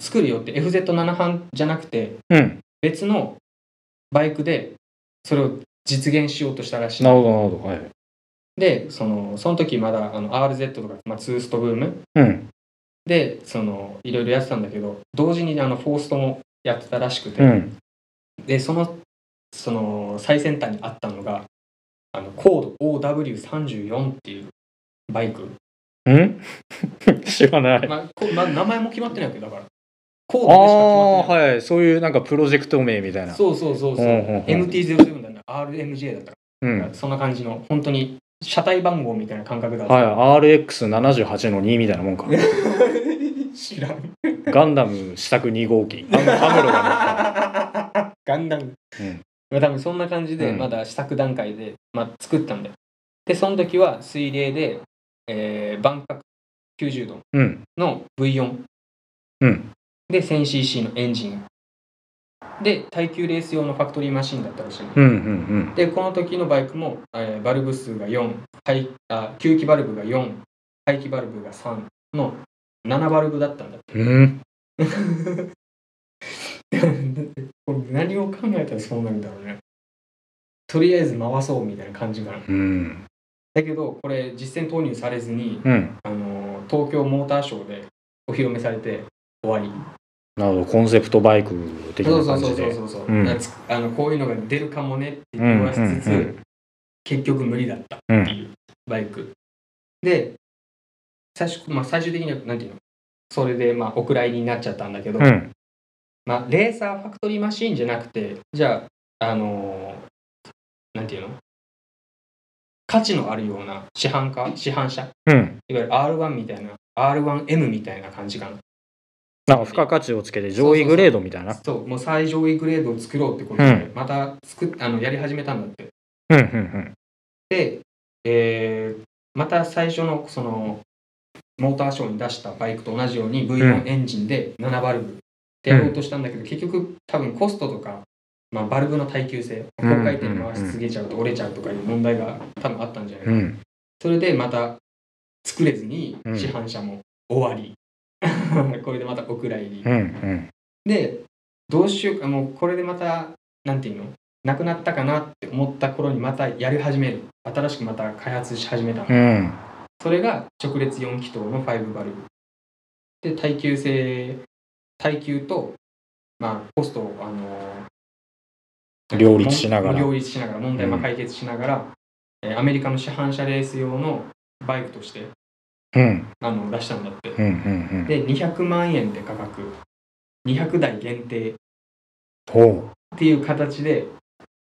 Speaker 2: 作る予定 FZ7 班じゃなくて
Speaker 1: うん
Speaker 2: 別のバイクでそれを実現しようとしたらしい
Speaker 1: なるほどなるほどはい
Speaker 2: でそのその時まだあの RZ とか、まあ、ツーストブーム
Speaker 1: うん
Speaker 2: でそのいろいろやってたんだけど同時にあのフォーストもやってたらしくて、
Speaker 1: うん
Speaker 2: でそのその最先端にあったのがあのコード OW34 っていうバイク、
Speaker 1: うん 知らない
Speaker 2: まあこまあ、名前も決まってないわけどだからコー
Speaker 1: あ
Speaker 2: ドでしか決ま
Speaker 1: あ
Speaker 2: ってない、
Speaker 1: はいそういうなんかプロジェクト名みたいな
Speaker 2: そうそうそうそう、
Speaker 1: うんうんうん
Speaker 2: MT07 だな RMJ だったか
Speaker 1: うん
Speaker 2: ら、そんな感じの本当に車体番号みたいな感覚だった、
Speaker 1: はい、RX78 の2みたいなもんか。
Speaker 2: 知らん
Speaker 1: ガンダム試作2号機。アムアムロが
Speaker 2: ガンダム、
Speaker 1: うん
Speaker 2: まあ多分そんな感じで
Speaker 1: うん
Speaker 2: まだ試作段階で、まあ、作ったんだよでその時は水冷で、えー、万角90度
Speaker 1: 乗った。
Speaker 2: の V4、
Speaker 1: うん
Speaker 2: で 1000cc のエンジンで耐久レース用のファクトリーマシンだったらしいの、
Speaker 1: うん。うんうん
Speaker 2: でこの時のバイクも、えーバルブ数が4排あ吸気バルブが4排気バルブが3の7バルブだったんだ
Speaker 1: うん。うん。
Speaker 2: これ 何を考えたらそうなるんだろうねとりあえず回そうみたいな感じかな
Speaker 1: うん。
Speaker 2: だけどこれ実戦投入されずに、
Speaker 1: うん。
Speaker 2: あのー東京モーターショーでお披露目されて終わり
Speaker 1: なるほどコンセプトバイク的
Speaker 2: そ
Speaker 1: な
Speaker 2: うそう
Speaker 1: 感
Speaker 2: そ
Speaker 1: じ
Speaker 2: うそう
Speaker 1: で
Speaker 2: そうそう、
Speaker 1: うん
Speaker 2: だからつあのこういうのが出るかもねって言わしつつ、
Speaker 1: うんうんう
Speaker 2: 結局無理だった
Speaker 1: う
Speaker 2: って
Speaker 1: ん
Speaker 2: いうバイクで最初、まあ、最終的にはなんていうのそれでまあお蔵入りになっちゃったんだけど、
Speaker 1: うん
Speaker 2: まあ、レーサーファクトリーマシーンじゃなくてじゃああのーなんていうの価値のあるような市販化市販車いわ
Speaker 1: うん
Speaker 2: ゆる R1 みたいな R1M みたいな感じかな
Speaker 1: なんか付加価値をつけて上位グレードみたいな
Speaker 2: そうもう最上位グレードを作ろうってことで、
Speaker 1: うん
Speaker 2: また作っあのやり始めたんだって
Speaker 1: うんうん
Speaker 2: で、えーまた最初のそのモーターショーに出したバイクと同じように
Speaker 1: う
Speaker 2: V4 エンジンで7バルブでやろうとしたんだけど、結局多分コストとか、まあ、バルブの耐久性
Speaker 1: うん
Speaker 2: 高回転に回し続けちゃうと折れちゃうとかいう問題が多分あったんじゃないか
Speaker 1: うんう
Speaker 2: な、
Speaker 1: ん
Speaker 2: それでまた作れずに
Speaker 1: うん
Speaker 2: 市販車も終わり これでまたお蔵入り
Speaker 1: うんうん
Speaker 2: でどうしようかもうこれでまたなんていうのなくなったかなって思った頃にまたやり始める新しくまた開発し始めたの、
Speaker 1: うん
Speaker 2: それが直列4気筒の5バルブで耐久性耐久と、まあ、コストを、あの
Speaker 1: 両立しながら
Speaker 2: 両立しながら問題も解決しながら、えーアメリカの市販車レース用のバイクとして
Speaker 1: うん
Speaker 2: あの出したんだって
Speaker 1: うんうんうん
Speaker 2: で200万円で価格200台限定
Speaker 1: ほ
Speaker 2: っていう形で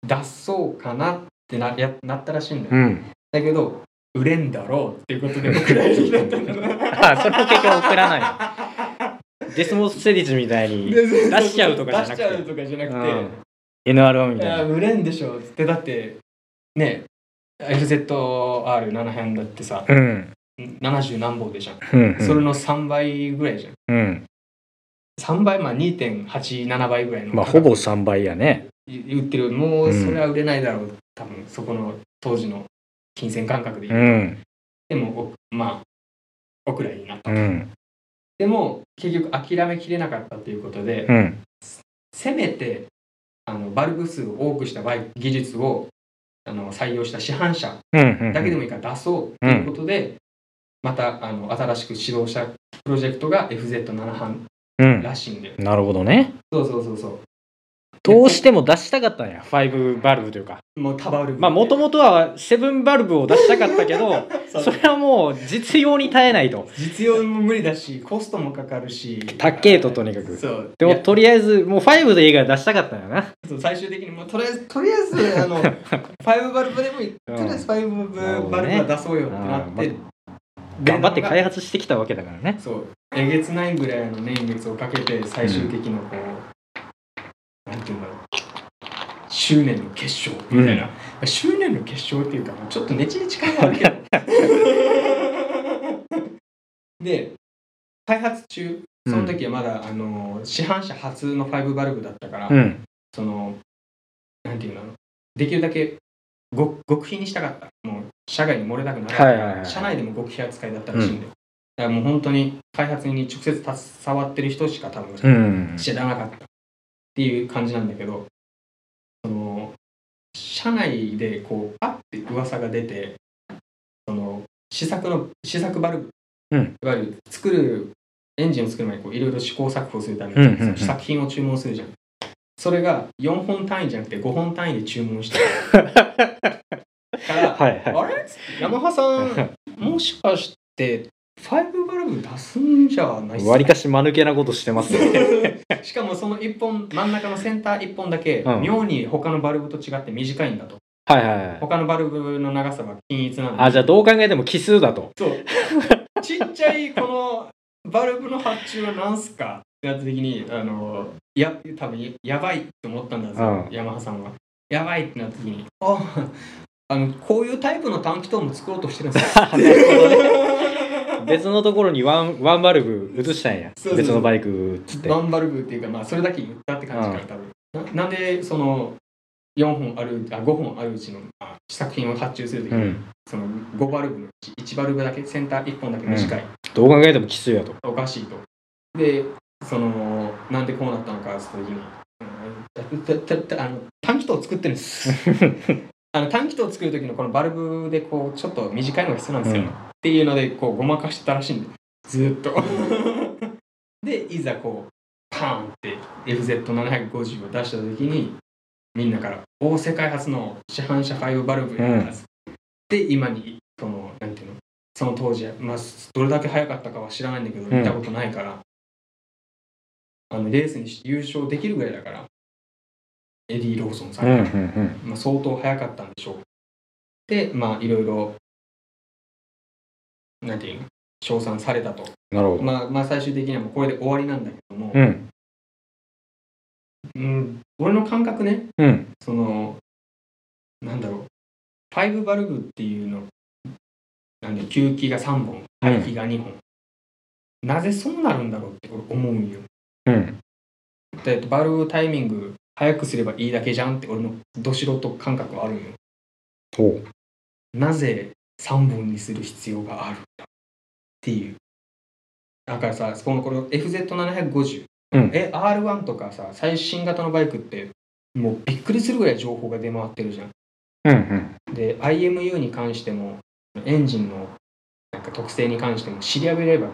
Speaker 2: 出そうかなってなやなったらしいんだよ、
Speaker 1: ううん
Speaker 2: だけど売れんだろうっていうことで僕らになったんだな
Speaker 1: あそれも結局送らないのデスモス・セディチみたいに
Speaker 2: 出
Speaker 1: しちゃうとかじゃなくて
Speaker 2: 出しちゃうとかじゃなくて、
Speaker 1: うん NR1 み
Speaker 2: い
Speaker 1: たい
Speaker 2: や
Speaker 1: な
Speaker 2: 売れんでしょっつってだってね FZR7 編だってさ
Speaker 1: うん
Speaker 2: 70何本でじゃん、
Speaker 1: うん
Speaker 2: それの3倍ぐらいじゃん
Speaker 1: うん
Speaker 2: 3倍まあ2.87倍ぐらいの
Speaker 1: まあほぼ3倍やね
Speaker 2: 売ってるもうそれは売れないだろう、多分そこの当時の金銭感覚で言うと
Speaker 1: うん
Speaker 2: でも、おまあ、おくらいになった。
Speaker 1: うん
Speaker 2: でも、結局諦めきれなかったということで、
Speaker 1: うん
Speaker 2: せめてあのバルブ数を多くしたバイク技術をあの採用した市販車
Speaker 1: うんうん
Speaker 2: だけでもいいから出そうということで、またあの新しく始動したプロジェクトが FZ7 班
Speaker 1: うん
Speaker 2: らしいんだよ。
Speaker 1: なるほどね
Speaker 2: そうそうそうそう。
Speaker 1: どうしても出したかった んや5バルブというか
Speaker 2: もうタバルブ。
Speaker 1: まあもともとは7バルブを出したかったけど それはもう実用に耐えないと
Speaker 2: 実用も無理だし、コストもかかるし。
Speaker 1: たっけえととにかく
Speaker 2: そう。
Speaker 1: で
Speaker 2: い
Speaker 1: も
Speaker 2: や
Speaker 1: とりあえずもう5でいいから出したかったんやな
Speaker 2: そう最終的にもうとりあえずとりあえずあ のファイブバルブでもいい、
Speaker 1: うん
Speaker 2: とりあえずファイブバルブは出そうよってなって、
Speaker 1: うん頑張って開発してきたわけだからね
Speaker 2: そうえげつないぐらいの年月をかけて最終的なこう、なんていうんだろう執念の結晶みたいな、
Speaker 1: う
Speaker 2: まあ執念の結晶っていうかまあちょっとねちねち感はある けどで開発中その時はまだ、あの市販車初のファイブバルブだったから、
Speaker 1: うん
Speaker 2: その、なんていうのできるだけ極極秘にしたかった。もう、社外に漏れたくなかった。
Speaker 1: はいはいはい
Speaker 2: 社内でも極秘扱いだったらしいんで。だからもう本当に開発に直接携わってる人しか多分
Speaker 1: うん
Speaker 2: 知らなかったっていう感じなんだけど、その、社内でこう、あって噂が出て、その、試作の、試作バルブ、
Speaker 1: うん
Speaker 2: いわゆる作る、エンジンを作る前にこういろいろ試行錯誤するため
Speaker 1: うんうんうん
Speaker 2: にその作品を注文するじゃん。それが4本単位じゃなくて5本単位で 注文してるから、
Speaker 1: はいは
Speaker 2: あれヤマハさ ん、もしかして、5バルブ出すんじゃないっ
Speaker 1: い
Speaker 2: す
Speaker 1: わりかし間抜けなことしてますね
Speaker 2: しかもその1本、真ん中のセンター1本だけ、
Speaker 1: うん
Speaker 2: 妙に他のバルブと違って短いんだと。
Speaker 1: はいはいはい
Speaker 2: 他のバルブの長さは均一なん
Speaker 1: あ
Speaker 2: だ
Speaker 1: じゃあどう考えても奇数だと
Speaker 2: そう。ちっちゃいこのバルブの発注は何すかってなった時に、あの、や、多分ややばいって思ったんだぞ、
Speaker 1: う
Speaker 2: ヤマハさんは。やばいってなった時に、ああの、こういうタイプの短気筒も作ろうとしてるんですよ。
Speaker 1: あなるほどね別のところにワンワンバルブ移したんや
Speaker 2: そうそうそう
Speaker 1: 別のバイクつって
Speaker 2: ワンバルブっていうか、まあ、それだけ言ったって感じか
Speaker 1: う
Speaker 2: ら、多分。ななんで、その、4本ある、あ、5本あるうちの、あ作品を発注するとき
Speaker 1: う
Speaker 2: に、
Speaker 1: ん
Speaker 2: その5バルブのうち1バルブだけ、センター1本だけ短い。
Speaker 1: どう考えても奇数や と
Speaker 2: おかしいと。で、その、なんでこうなったのかって言った時に、うんたたたあの短気筒を作ってるんです。あの短気筒を作る時のこのバルブでこうちょっと短いのが必要なんですよ、
Speaker 1: うん
Speaker 2: って いうのでこうごまかしてたらしいんでずーっとでいざこうパーンって FZ750 を出した時にみんなから「おお世界初の市販車5バルブやったっつって」で今にそのなんていうのその当時、まあ、どれだけ速かったかは知らないんだけど
Speaker 1: うん
Speaker 2: 見たことないから、あのレースに優勝できるぐらいだからエディ・ローソンさん
Speaker 1: う
Speaker 2: が、
Speaker 1: んうん
Speaker 2: まあ、相当速かったんでしょうでまあいろいろなんていうの称賛されたと
Speaker 1: うんなるほど
Speaker 2: まあまあ最終的にはもうこれで終わりなんだけども、
Speaker 1: うん
Speaker 2: うん、俺の感覚ね
Speaker 1: うん
Speaker 2: そのなんだろうファイブバルブっていうのなんで吸気が3本排気が2本、なぜそうなるんだろうって俺思うんよ
Speaker 1: うん
Speaker 2: だってバルブタイミング早くすればいいだけじゃんって俺のど素人感覚はあるんよ
Speaker 1: ほう
Speaker 2: なぜ3本にする必要があるんだっていうだからさこのこの FZ750、
Speaker 1: うん
Speaker 2: え R1 とかさ最新型のバイクってもうびっくりするぐらい情報が出回ってるじゃん
Speaker 1: うんうん
Speaker 2: で IMU に関してもエンジンのなんか特性に関しても調べれば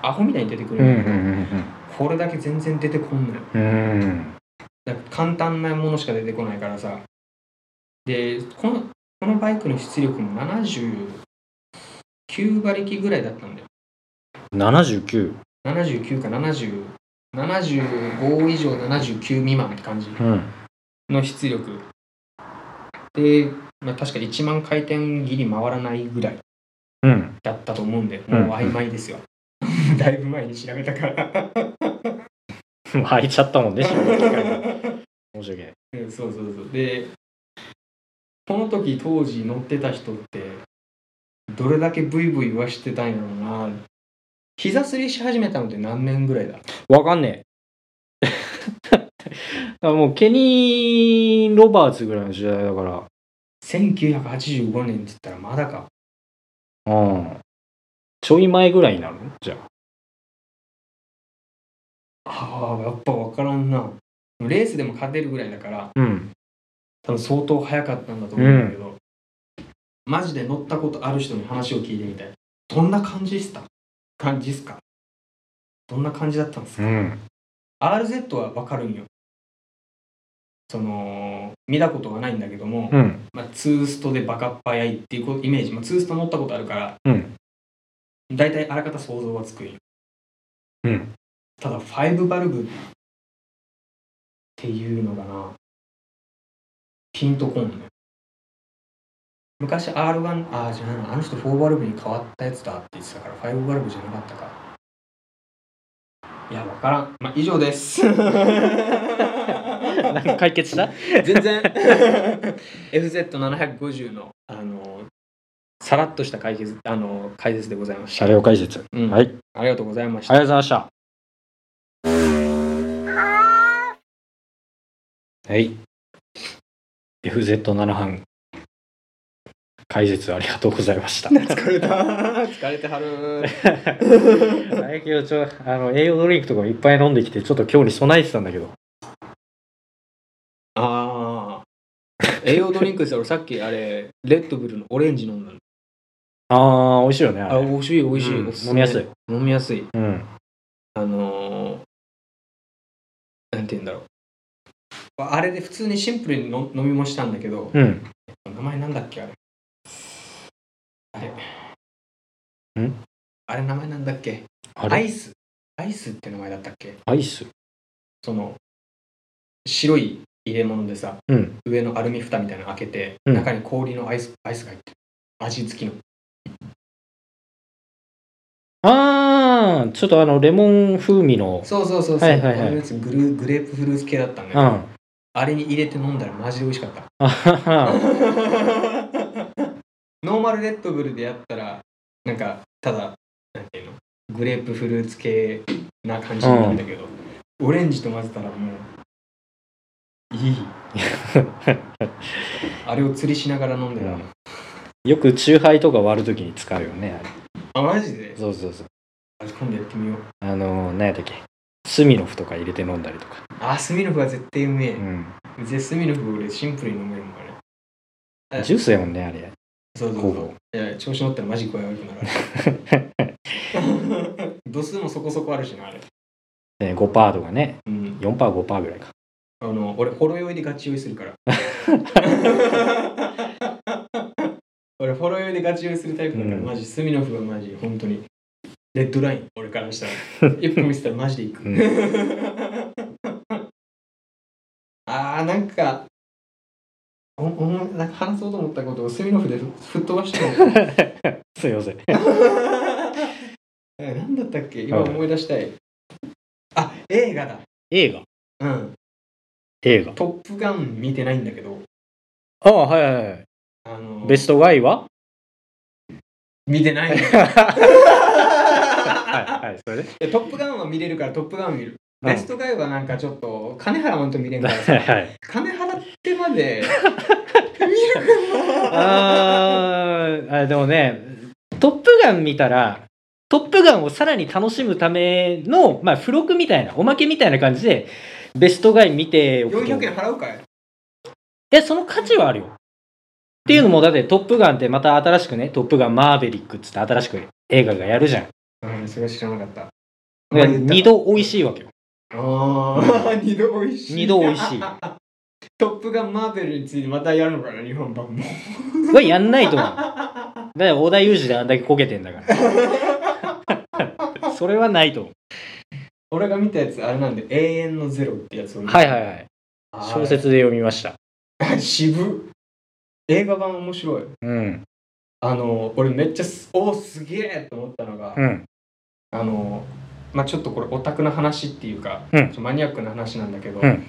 Speaker 2: アホみたいに出てくる
Speaker 1: うんん
Speaker 2: だ
Speaker 1: う
Speaker 2: けど、
Speaker 1: ん
Speaker 2: これだけ全然出てこんのよ
Speaker 1: うんうん
Speaker 2: だから簡単なものしか出てこないからさでこのこのバイクの出力も79馬力ぐらいだったんだよ
Speaker 1: 79
Speaker 2: 79か70 75以上79未満って感じ
Speaker 1: うん
Speaker 2: の出力で、まあ、確か1万回転ギリ回らないぐらい
Speaker 1: うん
Speaker 2: だったと思うんでも
Speaker 1: う
Speaker 2: うん曖昧ですよ、 だいぶ前に調べたから
Speaker 1: 開いちゃった もんね仕事機会が申し訳ない
Speaker 2: うんそうそうそうでこの時当時乗ってた人ってどれだけブイブイ言わしてたんやろうな膝すりし始めたのって何年ぐらいだ
Speaker 1: わかんねえ あもうケニー・ロバーツぐらいの時代だから
Speaker 2: 1985年って言ったらまだか
Speaker 1: うんちょい前ぐらいになるじゃあ
Speaker 2: ああやっぱ分からんなレースでも勝てるぐらいだから
Speaker 1: うん
Speaker 2: 多分相当速かったんだと思うんだけど、マジで乗ったことある人に話を聞いてみたいどんな感じっすか感じっすかどんな感じだったんですか、
Speaker 1: ん
Speaker 2: RZ は分かるんよその見たことがないんだけども、
Speaker 1: うん
Speaker 2: まあ、ツーストでバカっ早いっていうこイメージ、まあ、ツースト乗ったことあるから
Speaker 1: うん
Speaker 2: 大体あらかた想像はつくんよ
Speaker 1: うん
Speaker 2: ただ5バルブっていうのがなピンとこんのよ昔 R1 ああじゃないなあの人4バルブに変わったやつだって言ってたから5バルブじゃなかったかいや分からんまあ以上で す
Speaker 1: なんか解決した
Speaker 2: 全然 FZ750 のあのさらっとした解説あの解説でございました、
Speaker 1: 車両解説
Speaker 2: うん
Speaker 1: はい
Speaker 2: ありがとうございました、
Speaker 1: ありがとうございましたはい FZ7 班解説ありがとうございました
Speaker 2: 疲れた疲れてはる
Speaker 1: あれけどちょあの栄養ドリンクとかもいっぱい飲んできてちょっと今日に備えてたんだけど
Speaker 2: ああ栄養ドリンクですよ俺さっきあれレッドブルのオレンジ飲んだの
Speaker 1: あー美味しいよねあ
Speaker 2: あ
Speaker 1: れ
Speaker 2: 美味しい美味しい、
Speaker 1: うん
Speaker 2: おすすめ
Speaker 1: 飲みやすい
Speaker 2: 飲みやすい
Speaker 1: うん
Speaker 2: あのー、なんて言うんだろうあれで普通にシンプルに飲飲みもしたんだけど、
Speaker 1: うん
Speaker 2: 名前なんだっけあれあれ
Speaker 1: ん
Speaker 2: あれ名前なんだっけ
Speaker 1: あ
Speaker 2: ア
Speaker 1: れ
Speaker 2: イスアイスって名前だったっけ
Speaker 1: アイス
Speaker 2: その白い入れ物でさ
Speaker 1: うん
Speaker 2: 上のアルミ蓋みたいなの開けて、
Speaker 1: うん
Speaker 2: 中に氷のアイスアイスが入ってる味付きの
Speaker 1: あーちょっとあのレモン風味の
Speaker 2: そうそうそうそう、
Speaker 1: はいはいはい
Speaker 2: 俺のやつグルグレープフルーツ系だったんだ
Speaker 1: うん
Speaker 2: よ、
Speaker 1: あ
Speaker 2: あれに入れて飲んだらマジで美味しかった
Speaker 1: はは
Speaker 2: ノーマルレッドブルでやったらなんかただなんていうのグレープフルーツ系な感じになるんだけど、オレンジと混ぜたらもういいあれを釣りしながら飲んでた、
Speaker 1: うんよくチューハイとか割るときに使うよねあ
Speaker 2: あマジで
Speaker 1: れそうそうそう
Speaker 2: あ今度やってみよう
Speaker 1: あのー、何やったっけスミノフとか入れて飲んだりとか
Speaker 2: あスミノフは絶対うめえ
Speaker 1: う、ん
Speaker 2: 絶スミノフ俺シンプルに飲めるもんあれえ
Speaker 1: ジュースやもんねあれ
Speaker 2: そうそう
Speaker 1: ほ
Speaker 2: そう
Speaker 1: ぼ
Speaker 2: いや調子乗ったら マジ具合悪くなるあれ度数もそこそこあるしなあれ
Speaker 1: ね、5%とかね、
Speaker 2: うん、
Speaker 1: 4%、5%ぐらいか。
Speaker 2: あの俺ほろ酔いでガチ酔いす るから俺ほろ酔いでガチ酔いするタイプだから、
Speaker 1: うん
Speaker 2: マジスミノフはマジ本当にレッドライン俺からした ら一歩見せたらマジで行く、
Speaker 1: う
Speaker 2: あーなんかおおもなんか話そうと思ったことをスミノフでふ吹っ飛ばしたの
Speaker 1: すいません。
Speaker 2: えなんだったっけ今思い出したい、あ映画だ
Speaker 1: 映画
Speaker 2: うん
Speaker 1: 映画。
Speaker 2: 「トップガン」見てないんだけど
Speaker 1: ああ、はいはいはい。
Speaker 2: あの
Speaker 1: ベストワイは
Speaker 2: 見てな
Speaker 1: は
Speaker 2: い
Speaker 1: いはい、それで。
Speaker 2: でトップガンは見れるからトップガン見る。ベストガイはなんかちょっと金払わんと見れん
Speaker 1: う
Speaker 2: か
Speaker 1: ん
Speaker 2: ら
Speaker 1: はい
Speaker 2: さ。
Speaker 1: はい。
Speaker 2: 金払ってま で
Speaker 1: あーあ、でもね、トップガン見たら、トップガンをさらに楽しむための、まあ、付録みたいな、おまけみたいな感じで、ベストガイ見ておくと
Speaker 2: 400円払うかい
Speaker 1: え、その価値はあるよ。っていうのも、だって、トップガンってまた新しくね、トップガンマーベリックっつって新しく映画がやるじゃん。
Speaker 2: うん、それは知らなかった。
Speaker 1: だから二度美味しいわけよ。
Speaker 2: ああ、 二度美味しい。
Speaker 1: 二度美味しい。
Speaker 2: トップガンマーベルについてまたやるのかな、日本版も。
Speaker 1: はやんないと思う。だから織田裕二であんだけこけてんだから。 それはないと思
Speaker 2: 俺が見たやつ、あれなんで、永遠のゼロってやつを
Speaker 1: う。
Speaker 2: 見た
Speaker 1: はいはいはい。
Speaker 2: あー
Speaker 1: 小説で読みました。
Speaker 2: 渋っ映画版面白い。
Speaker 1: うん。
Speaker 2: あの、俺めっちゃす、おお、すげえと思ったのが、
Speaker 1: うん。
Speaker 2: あのまあちょっとこれオタクな話っていうか、
Speaker 1: うん
Speaker 2: ちょっとマニアックな話なんだけど、
Speaker 1: うん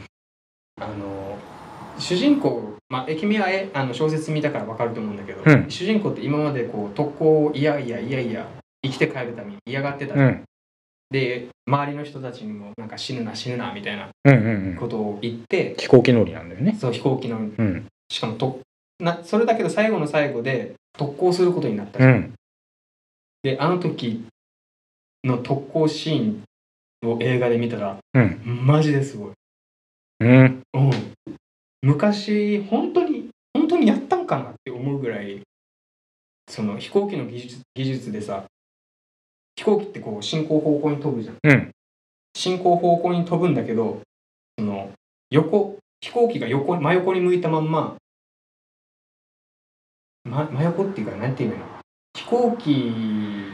Speaker 2: あの主人公、まあ、え君はえあの小説見たからわかると思うんだけど、
Speaker 1: うん
Speaker 2: 主人公って今までこう特攻をいやいやいやいや生きて帰るために嫌がってた、
Speaker 1: うん。
Speaker 2: で周りの人たちにもなんか死ぬな死ぬなみたいな
Speaker 1: うんうんうん。
Speaker 2: ことを言って、
Speaker 1: 飛行機乗りなんだよね。
Speaker 2: そう飛行機の
Speaker 1: うん。
Speaker 2: しかもとなそれだけど最後の最後で特攻することになったじ
Speaker 1: う
Speaker 2: ゃん
Speaker 1: ん。
Speaker 2: であの時の特攻シーンを映画で見たら、
Speaker 1: うん
Speaker 2: マジですごい、
Speaker 1: うん。
Speaker 2: うん、昔本当に本当にやったんかなって思うぐらいその飛行機の技術技術でさ飛行機ってこう進行方向に飛ぶじゃん
Speaker 1: うん。
Speaker 2: 進行方向に飛ぶんだけどその横飛行機が横真横に向いたまんま、ま、真横っていうかなんていうの飛行機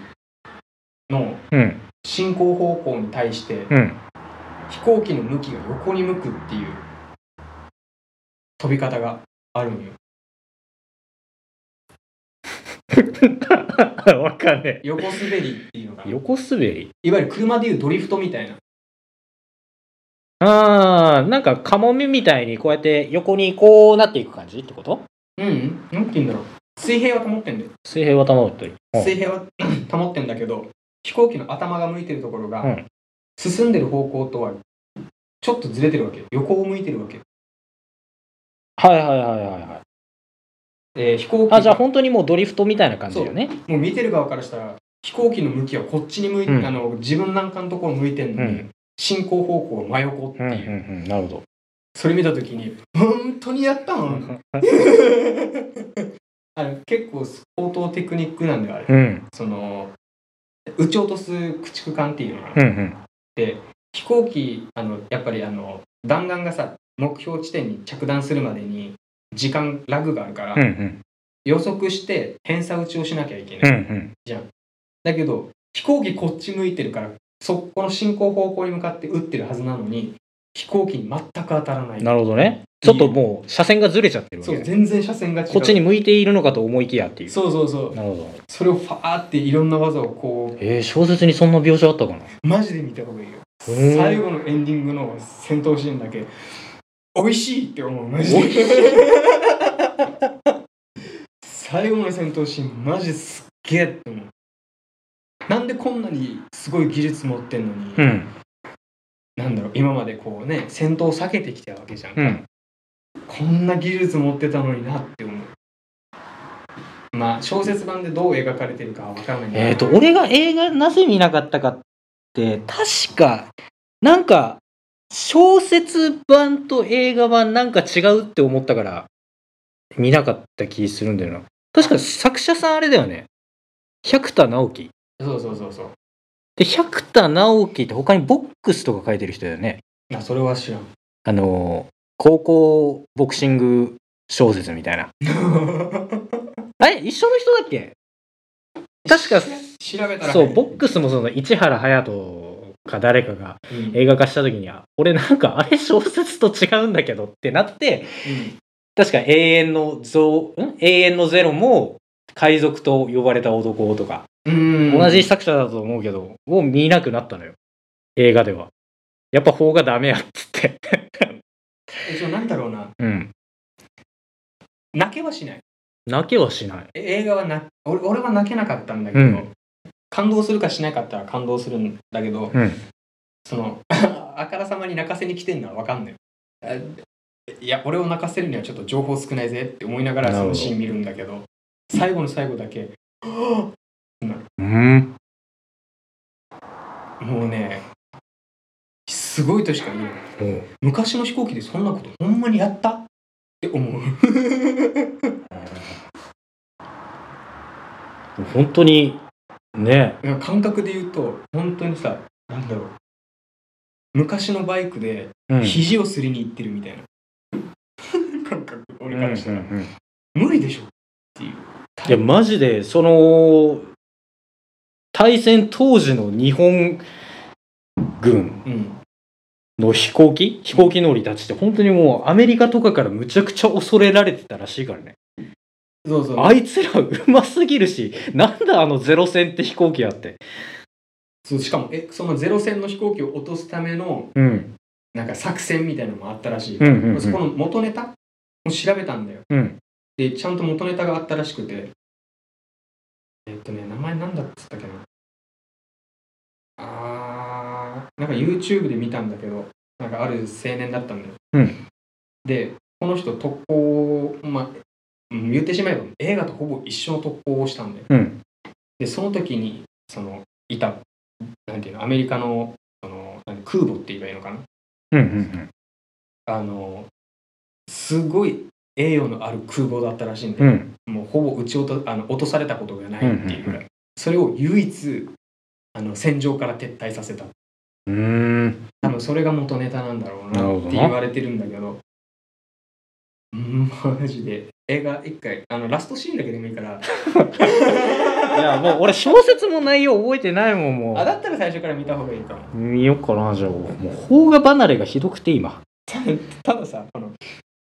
Speaker 2: の
Speaker 1: うん。
Speaker 2: 進行方向に対して
Speaker 1: うん。
Speaker 2: 飛行機の向きが横に向くっていう飛び方があるんよ
Speaker 1: わかんね
Speaker 2: 横滑りっていうのが
Speaker 1: え。横滑り
Speaker 2: いわゆる車でいうドリフトみたいな
Speaker 1: あー、なんかカモメみたいにこうやって横にこうなっていく感じってこと
Speaker 2: うん何て言うんだろう水平は保ってんだよ
Speaker 1: 水平は保ってる。うん
Speaker 2: 水平は 保ってんだけど飛行機の頭が向いてるところが、
Speaker 1: うん
Speaker 2: 進んでる方向とはちょっとずれてるわけ横を向いてるわけ、
Speaker 1: はいはいはいはいはい。
Speaker 2: えー飛行機
Speaker 1: あ、じゃあ
Speaker 2: が
Speaker 1: 本当にもうドリフトみたいな感じだよね。
Speaker 2: もう見てる側からしたら飛行機の向きはこっちに向いて、
Speaker 1: うん
Speaker 2: あの自分なんかのところ向いてんのに、
Speaker 1: うん
Speaker 2: 進行方向は真横って
Speaker 1: う
Speaker 2: い
Speaker 1: んう
Speaker 2: う、
Speaker 1: んうん。なるほど。
Speaker 2: それ見た時に本当にやったの あれ結構相当テクニックなんだよあれ、
Speaker 1: うん。
Speaker 2: その撃ち落とす駆逐艦っていうのが、
Speaker 1: うんうん。
Speaker 2: 飛行機あのやっぱりあの弾丸がさ目標地点に着弾するまでに時間ラグがあるから、
Speaker 1: うんうん。
Speaker 2: 予測して偏差打ちをしなきゃいけ
Speaker 1: う
Speaker 2: ない、
Speaker 1: んうん。
Speaker 2: だけど飛行機こっち向いてるからそこの進行方向に向かって撃ってるはずなのに飛行機に全く当たらない
Speaker 1: なるほどね。ちょっともう車線がずれちゃってるわ
Speaker 2: そ
Speaker 1: け
Speaker 2: う
Speaker 1: だ
Speaker 2: 全然車線が違う
Speaker 1: こっちに向いているのかと思いきやっていう。
Speaker 2: そうそうそう
Speaker 1: なるほど。
Speaker 2: それをファーっていろんな技をこ
Speaker 1: えー、小説にそんな描写あったかな
Speaker 2: うマジで見た方がいいよ
Speaker 1: へー
Speaker 2: 最後のエンディングの戦闘シーンだけ美味しいって思うマジ
Speaker 1: 美味しい
Speaker 2: で最後の戦闘シーンマジすっげえって思うなんでこんなにすごい技術持ってんのに、
Speaker 1: うん。
Speaker 2: なんだろう今までこうね戦闘を避けてきたわけじゃん、
Speaker 1: うん。
Speaker 2: こんな技術持ってたのになって思うまあ小説版でどう描かれてるかは分からないんだけど
Speaker 1: えっ、と、俺が映画なぜ見なかったかって、確か、なんか、小説版と映画版なんか違うって思ったから、見なかった気するんだよな。確か作者さんあれだよね。百田直樹。
Speaker 2: そうそうそうそう
Speaker 1: で、百田直樹って他にボックスとか書いてる人だよね。
Speaker 2: あそれは知らん
Speaker 1: あの、高校ボクシング小説みたいな。あれ一緒の人だっけ確か、
Speaker 2: 調べたら
Speaker 1: そう、ボックスもその市原隼人か誰かが映画化した時には、俺なんかあれ小説と違うんだけどってなって、確か永遠の像、ん永遠のゼロも海賊と呼ばれた男とか、
Speaker 2: うん
Speaker 1: 同じ作者だと思うけど、を見なくなったのよ。映画では。やっぱ法がダメやっつって。
Speaker 2: 一応なんだろうな
Speaker 1: うん。
Speaker 2: 泣けはしない
Speaker 1: 泣けはしない。
Speaker 2: え映画はな俺俺は泣けなかったんだけど、
Speaker 1: うん
Speaker 2: 感動するかしなかったら感動するんだけど、
Speaker 1: うん。
Speaker 2: その あからさまに泣かせに来てんならわかんないあいや俺を泣かせるにはちょっと情報少ないぜって思いなが
Speaker 1: な
Speaker 2: ら
Speaker 1: る
Speaker 2: そ
Speaker 1: ほど
Speaker 2: のシーン見るんだけど最後の最後だけ
Speaker 1: うん。
Speaker 2: もうねすごいとしか言えない昔の飛行機でそんなことほんまにやったって思う
Speaker 1: 本当に、ね
Speaker 2: なんか感覚で言うと本当にさなんだろう昔のバイクで
Speaker 1: うん
Speaker 2: 肘をすりに行ってるみたいな、 感覚俺からしたら、
Speaker 1: うんうんうん
Speaker 2: 無理でしょ
Speaker 1: いや、マジで、その、対戦当時の日本軍
Speaker 2: うん
Speaker 1: の飛行機飛行機乗りたちって本当にもうアメリカとかからむちゃくちゃ恐れられてたらしいからね。
Speaker 2: そうそう
Speaker 1: あいつらうますぎるし、なんだあのゼロ戦って飛行機やって。
Speaker 2: そうしかもえそのゼロ戦の飛行機を落とすための
Speaker 1: うん。
Speaker 2: なんか作戦みたいなのもあったらしい、
Speaker 1: うんうん、う
Speaker 2: そこ
Speaker 1: ん。
Speaker 2: の元ネタを調べたんだよ
Speaker 1: うん。
Speaker 2: でちゃんと元ネタがあったらしくてえっとね名前なんだっつったっけなあーなんか YouTube で見たんだけどなんかある青年だったんだよ、
Speaker 1: うん
Speaker 2: でこの人特攻をまあうん言ってしまえば映画とほぼ一緒の特攻をしたんだよ
Speaker 1: うん。
Speaker 2: でその時にそのいたなんていうのアメリカのそのなん空母って言えばいいのかな
Speaker 1: うん。うん。
Speaker 2: あのすごい栄養のある空母だったらしいんで、
Speaker 1: うん。
Speaker 2: もうほぼ撃ち落とあの落とされたことがないっていうぐ
Speaker 1: うんう
Speaker 2: らい、
Speaker 1: ん
Speaker 2: それを唯一あの戦場から撤退させた
Speaker 1: うん。
Speaker 2: 多分それが元ネタなんだろう
Speaker 1: なる
Speaker 2: な
Speaker 1: ほ
Speaker 2: っ
Speaker 1: どな
Speaker 2: て言われてるんだけどうんマジで映画一回あのラストシーンだけでもいいから
Speaker 1: いや、もう俺小説も内容覚えてないもん、も
Speaker 2: あだったら最初から見た方がいいかも
Speaker 1: う。見よっかな、じゃあ。もう、邦画離れがひどくて今。
Speaker 2: たださこの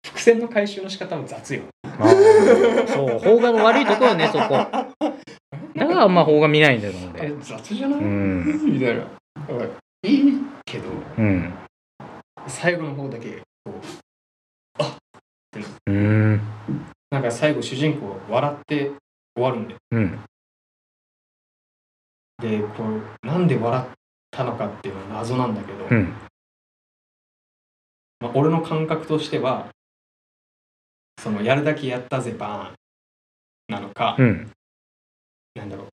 Speaker 2: 伏線の回収の仕方も雑よ
Speaker 1: そう、邦画の悪いところね、そこ。だからあんま邦画見ないんだよ、なん
Speaker 2: え
Speaker 1: で。
Speaker 2: 雑じゃない、
Speaker 1: うん。
Speaker 2: みたいなおいいいけど
Speaker 1: うん。
Speaker 2: 最後の方だけ
Speaker 1: うん。
Speaker 2: なんか最後主人公が笑って終わるんだよ
Speaker 1: うん。
Speaker 2: でこうなんで笑ったのかっていうのは謎なんだけど、
Speaker 1: うん。
Speaker 2: まあ、俺の感覚としてはそのやるだけやったぜバーンなのか、
Speaker 1: うん。
Speaker 2: なんだろう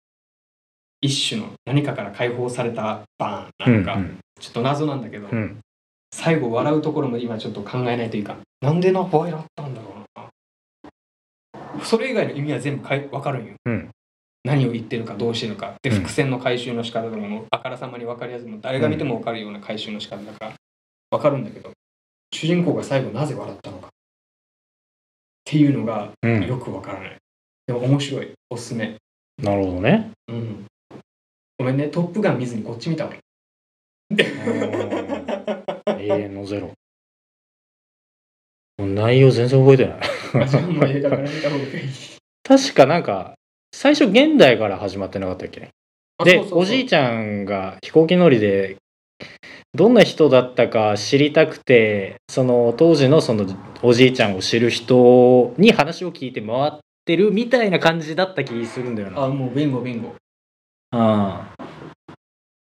Speaker 2: 一種の何かから解放されたバー
Speaker 1: う
Speaker 2: ンなの
Speaker 1: ん
Speaker 2: か、。ちょっと謎なんだけど、
Speaker 1: うん。
Speaker 2: 最後笑うところも今ちょっと考えないといかんなんでな笑ったんだろうなそれ以外の意味は全部かい分かるんよ、
Speaker 1: うん
Speaker 2: 何を言ってるかどうしてるかで
Speaker 1: うん
Speaker 2: 伏線の回収の仕方とかもあからさまに分かりやすいもう誰が見ても分かるような回収の仕方だから分かるんだけど主人公が最後なぜ笑ったのかっていうのが
Speaker 1: うん。
Speaker 2: よく分からない、でも面白いおすすめ
Speaker 1: なるほどね。
Speaker 2: うんごめんね「トップガン」見ずにこっち見 たわ
Speaker 1: 永遠のゼロ。もう内容全然覚えてない。
Speaker 2: 自分の映画から見た方がいい
Speaker 1: 確かなんか、最初現代から始まってなかったっけ
Speaker 2: あ
Speaker 1: で
Speaker 2: そうそうそう
Speaker 1: おじいちゃんが飛行機乗りで、どんな人だったか知りたくて、その当時のそのおじいちゃんを知る人に話を聞いて回ってるみたいな感じだった気するんだよな。
Speaker 2: あもうビンゴビンゴ
Speaker 1: あ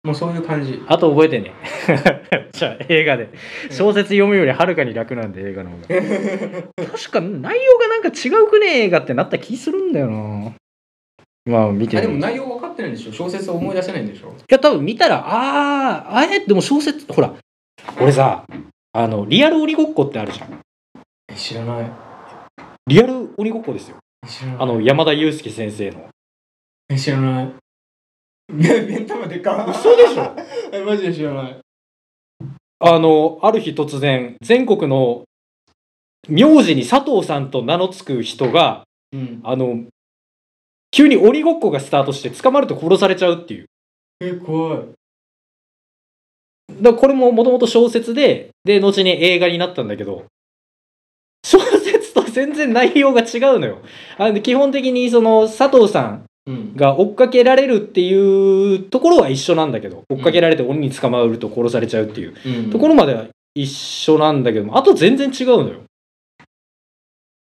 Speaker 2: もうそういう感じ
Speaker 1: あと覚えてね。 じゃあ映画で。小説読むよりはるかに楽なんで映画の方が。 確か内容がなんか違うくねえ映画ってなった気するんだよなまあ見て
Speaker 2: あでも
Speaker 1: い
Speaker 2: 内容分かってないんでしょ小説を思い出せないんでしょ
Speaker 1: や多分見たらあああれでも小説ほら俺さあのリアル鬼ごっこってあるじゃん
Speaker 2: 知らない
Speaker 1: リアル鬼ごっこですよ
Speaker 2: 知ら
Speaker 1: あの山田裕介先生の
Speaker 2: い知らない弁玉でか
Speaker 1: 嘘でしょ
Speaker 2: えマジで知らない
Speaker 1: あのある日突然全国の名字に佐藤さんと名の付く人が
Speaker 2: うん
Speaker 1: あの急に鬼ごっこがスタートして捕まると殺されちゃうっていう
Speaker 2: え怖い
Speaker 1: だからこれももともと小説でで後に映画になったんだけど小説と全然内容が違うのよあの基本的にその佐藤さん
Speaker 2: うん
Speaker 1: が追っかけられるっていうところは一緒なんだけど追っかけられて鬼に捕まると殺されちゃうっていう
Speaker 2: うん
Speaker 1: ところまでは一緒なんだけどもあと全然違うのよ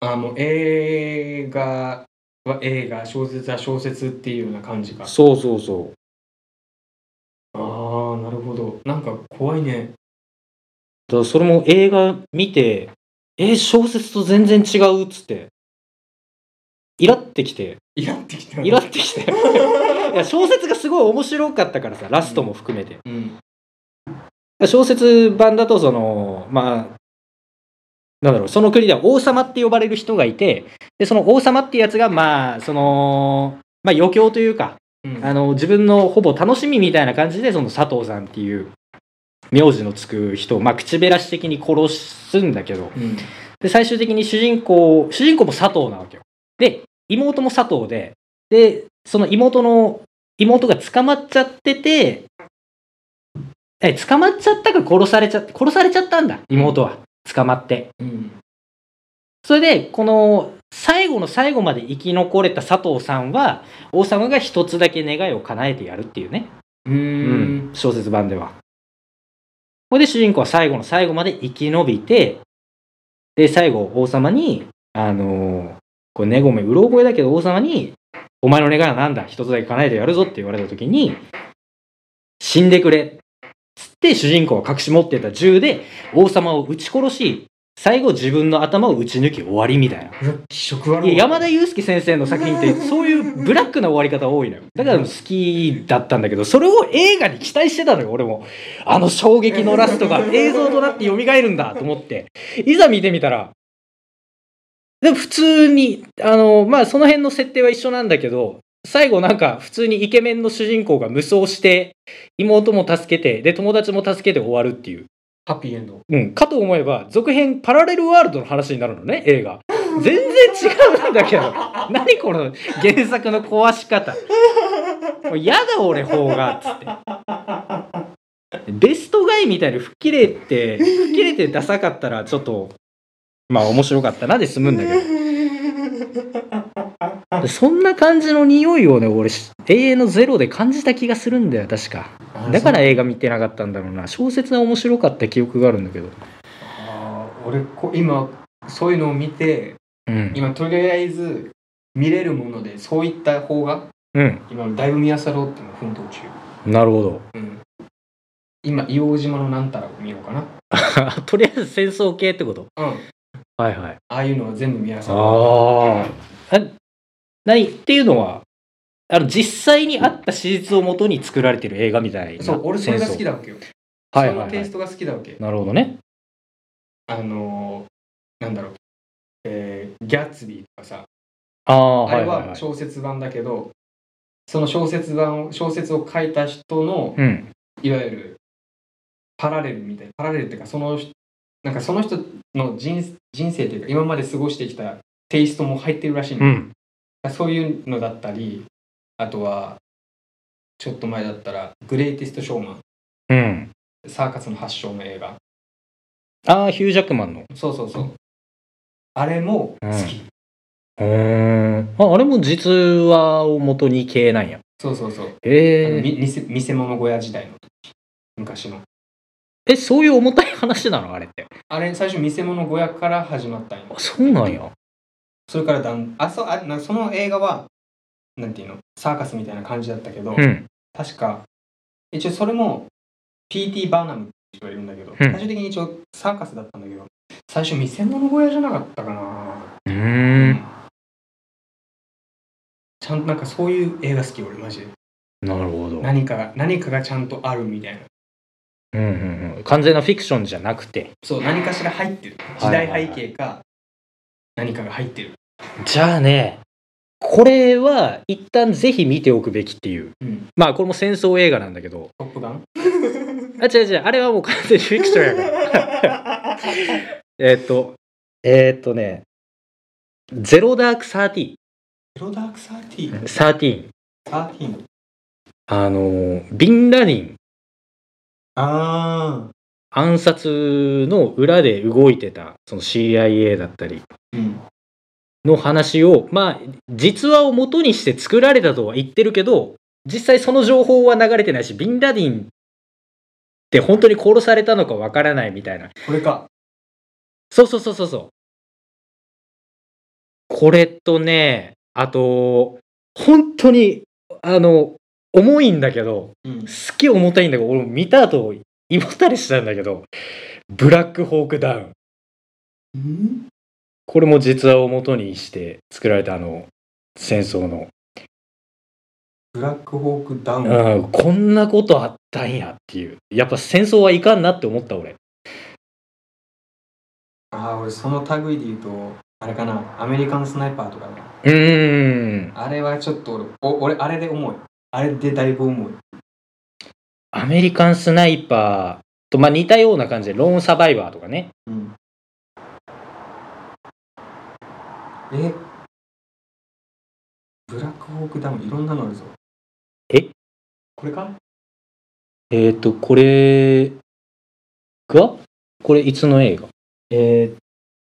Speaker 2: あもう映画は映画小説は小説っていうような感じか
Speaker 1: そうそうそ
Speaker 2: ああなるほどなんか怖い
Speaker 1: うだ
Speaker 2: ね
Speaker 1: からそれも映画見てえー小説と全然違うっつってイラってきて
Speaker 2: イラってきた
Speaker 1: イラってきていや小説がすごい面白かったからさラストも含めて
Speaker 2: うん
Speaker 1: 小説版だとそのまあなんだろうその国では王様って呼ばれる人がいてでその王様ってやつがまあそのまあ余興というか
Speaker 2: うん
Speaker 1: あの自分のほぼ楽しみみたいな感じでその佐藤さんっていう名字のつく人をまあ口減らし的に殺すんだけど
Speaker 2: うん
Speaker 1: で最終的に主人公主人公も佐藤なわけよで妹も佐藤ででその妹の妹が捕まっちゃっててえ捕まっちゃったか殺されちゃ殺されちゃったんだ妹は捕まって
Speaker 2: うん
Speaker 1: それでこの最後の最後まで生き残れた佐藤さんは王様が一つだけ願いを叶えてやるっていうね、
Speaker 2: うーん
Speaker 1: 小説版ではこれで主人公は最後の最後まで生き延びてで最後王様にあのーこれねごめんうろ覚えだけど王様に「お前の願いは何だ一つだけ叶えてやるぞ」って言われた時に「死んでくれ」つって主人公が隠し持ってた銃で王様を撃ち殺し最後自分の頭を撃ち抜き終わりみたいな。
Speaker 2: うわ気色悪
Speaker 1: いや山田
Speaker 2: い
Speaker 1: 裕介先生の作品ってそういうブラックな終わり方多いのよだから好きだったんだけどそれを映画に期待してたのよ俺もあの衝撃のラストが映像となって蘇るんだと思っていざ見てみたらでも普通にあのまあその辺の設定は一緒なんだけど最後なんか普通にイケメンの主人公が無双して妹も助けてで友達も助けて終わるっていう
Speaker 2: ハッピーエンド
Speaker 1: うん、かと思えば続編パラレルワールドの話になるのね映画全然違うんだけ ど何この原作の壊し方もうやだ俺方がっつってベストガイみたいに吹っ切れて吹っ切れてダサかったらちょっとまあ面白かったなで済むんだけどそんな感じの匂いをね俺し永遠のゼロで感じた気がするんだよ確か だから映画見てなかったんだろうな小説は面白かった記憶があるんだけど
Speaker 2: あー俺こ今そういうのを見て
Speaker 1: うん
Speaker 2: 今とりあえず見れるものでそういった方が
Speaker 1: うん、
Speaker 2: 今だいぶ見漁ろうっての奮闘中、
Speaker 1: なるほど。
Speaker 2: うん、今硫黄島のなんたらを見ようかな
Speaker 1: とりあえず戦争系ってこと
Speaker 2: うん
Speaker 1: はいはい。
Speaker 2: ああいうのは全部見漁ろう
Speaker 1: ああ。何っていうのは、あの実際にあった史実をもとに作られてる映画みたいな。
Speaker 2: そう俺それが好き
Speaker 1: だ。
Speaker 2: だわけよ、
Speaker 1: はいは
Speaker 2: その
Speaker 1: い、
Speaker 2: テ
Speaker 1: は
Speaker 2: イス
Speaker 1: い。
Speaker 2: トが好きだわけ
Speaker 1: なるほどね。
Speaker 2: あのーなんだろうえーギャッツビーとかさ
Speaker 1: ああ、
Speaker 2: あ
Speaker 1: は
Speaker 2: れ
Speaker 1: いはい、は。
Speaker 2: はい小説版だけど、その小説版を小説を書いた人の
Speaker 1: うん。
Speaker 2: いわゆるパラレルみたいなパラレルっていうかその人なんかその人の人人生というか今まで過ごしてきたテイストも入ってるらしいの、
Speaker 1: うん。
Speaker 2: そういうのだったりあとはちょっと前だったら「グレイティスト・ショーマン
Speaker 1: うん。」
Speaker 2: サーカスの発祥の映画
Speaker 1: ああ、ヒュージャックマンの。
Speaker 2: そうそうそうあれも好き、
Speaker 1: うーん。ああれも実話をもとに系なんや。
Speaker 2: そうそうそうあの
Speaker 1: へえ。
Speaker 2: み見せ見せ物小屋時代の昔の
Speaker 1: え、そういう重たい話なのあれって。
Speaker 2: あれ最初見せ物小屋から始まったんよ
Speaker 1: あそうなんや。
Speaker 2: それからだんあそあなその映画はなんていうのサーカスみたいな感じだったけど、
Speaker 1: うん。
Speaker 2: 確か一応それも PT バーナムって人がいるんだけど、
Speaker 1: ん
Speaker 2: 最終的に一応サーカスだったんだけど最初見せ物小屋じゃなかったかな、
Speaker 1: うーん。
Speaker 2: ちゃんとなんかそういう映画好き俺マジで
Speaker 1: なるほど。
Speaker 2: 何かが何かがちゃんとあるみたいな
Speaker 1: うんうんうん、完全なフィクションじゃなくて
Speaker 2: そう何かしら入ってる
Speaker 1: い
Speaker 2: 時
Speaker 1: はいはい
Speaker 2: 代背景か何かが入ってる、
Speaker 1: じゃあねこれは一旦ぜひ見ておくべきっていう、
Speaker 2: うん
Speaker 1: まあこれも戦争映画なんだけど
Speaker 2: トップガン
Speaker 1: あ違う違うあれはもう完全にフィクションやから えーっと、えーっとね、ゼロダークサーティ
Speaker 2: ゼロダークサーティーン
Speaker 1: ーン、サーティーン、
Speaker 2: サーティーン
Speaker 1: あのー、ビンラディン
Speaker 2: あ
Speaker 1: 暗殺の裏で動いてた、その CIA だったり
Speaker 2: あうん
Speaker 1: の話を、まあ、実話を元にして作られたとは言ってるけど、実際その情報は流れてないし、ビンラディンって本当に殺されたのかわからないみたいな。
Speaker 2: これか
Speaker 1: そうそうそうそうそう。これとね、あと、本当に、あの、重いんだけど、
Speaker 2: うん
Speaker 1: すっげえ重たいんだけど、俺も見た後、胃もたれしたんだけど、ブラックホークダウン。
Speaker 2: うん
Speaker 1: これも実話を元にして作られたあの、戦争の。
Speaker 2: ブラックホークダウン、
Speaker 1: うん、こんなことあったんやっていう。やっぱ戦争はいかんなって思った俺。
Speaker 2: ああ俺その類で言うとあれかなアメリカンスナイパーとかね
Speaker 1: うーん。
Speaker 2: あれはちょっと俺お俺あれで重いあれでだいぶ重い
Speaker 1: アメリカンスナイパーと、まあ、似たような感じで、ローンサバイバーとかね。
Speaker 2: うんえブラックホークダウンいろんなのあるぞ
Speaker 1: え
Speaker 2: これか
Speaker 1: えっ、と、これがこれいつの映画
Speaker 2: えー、っ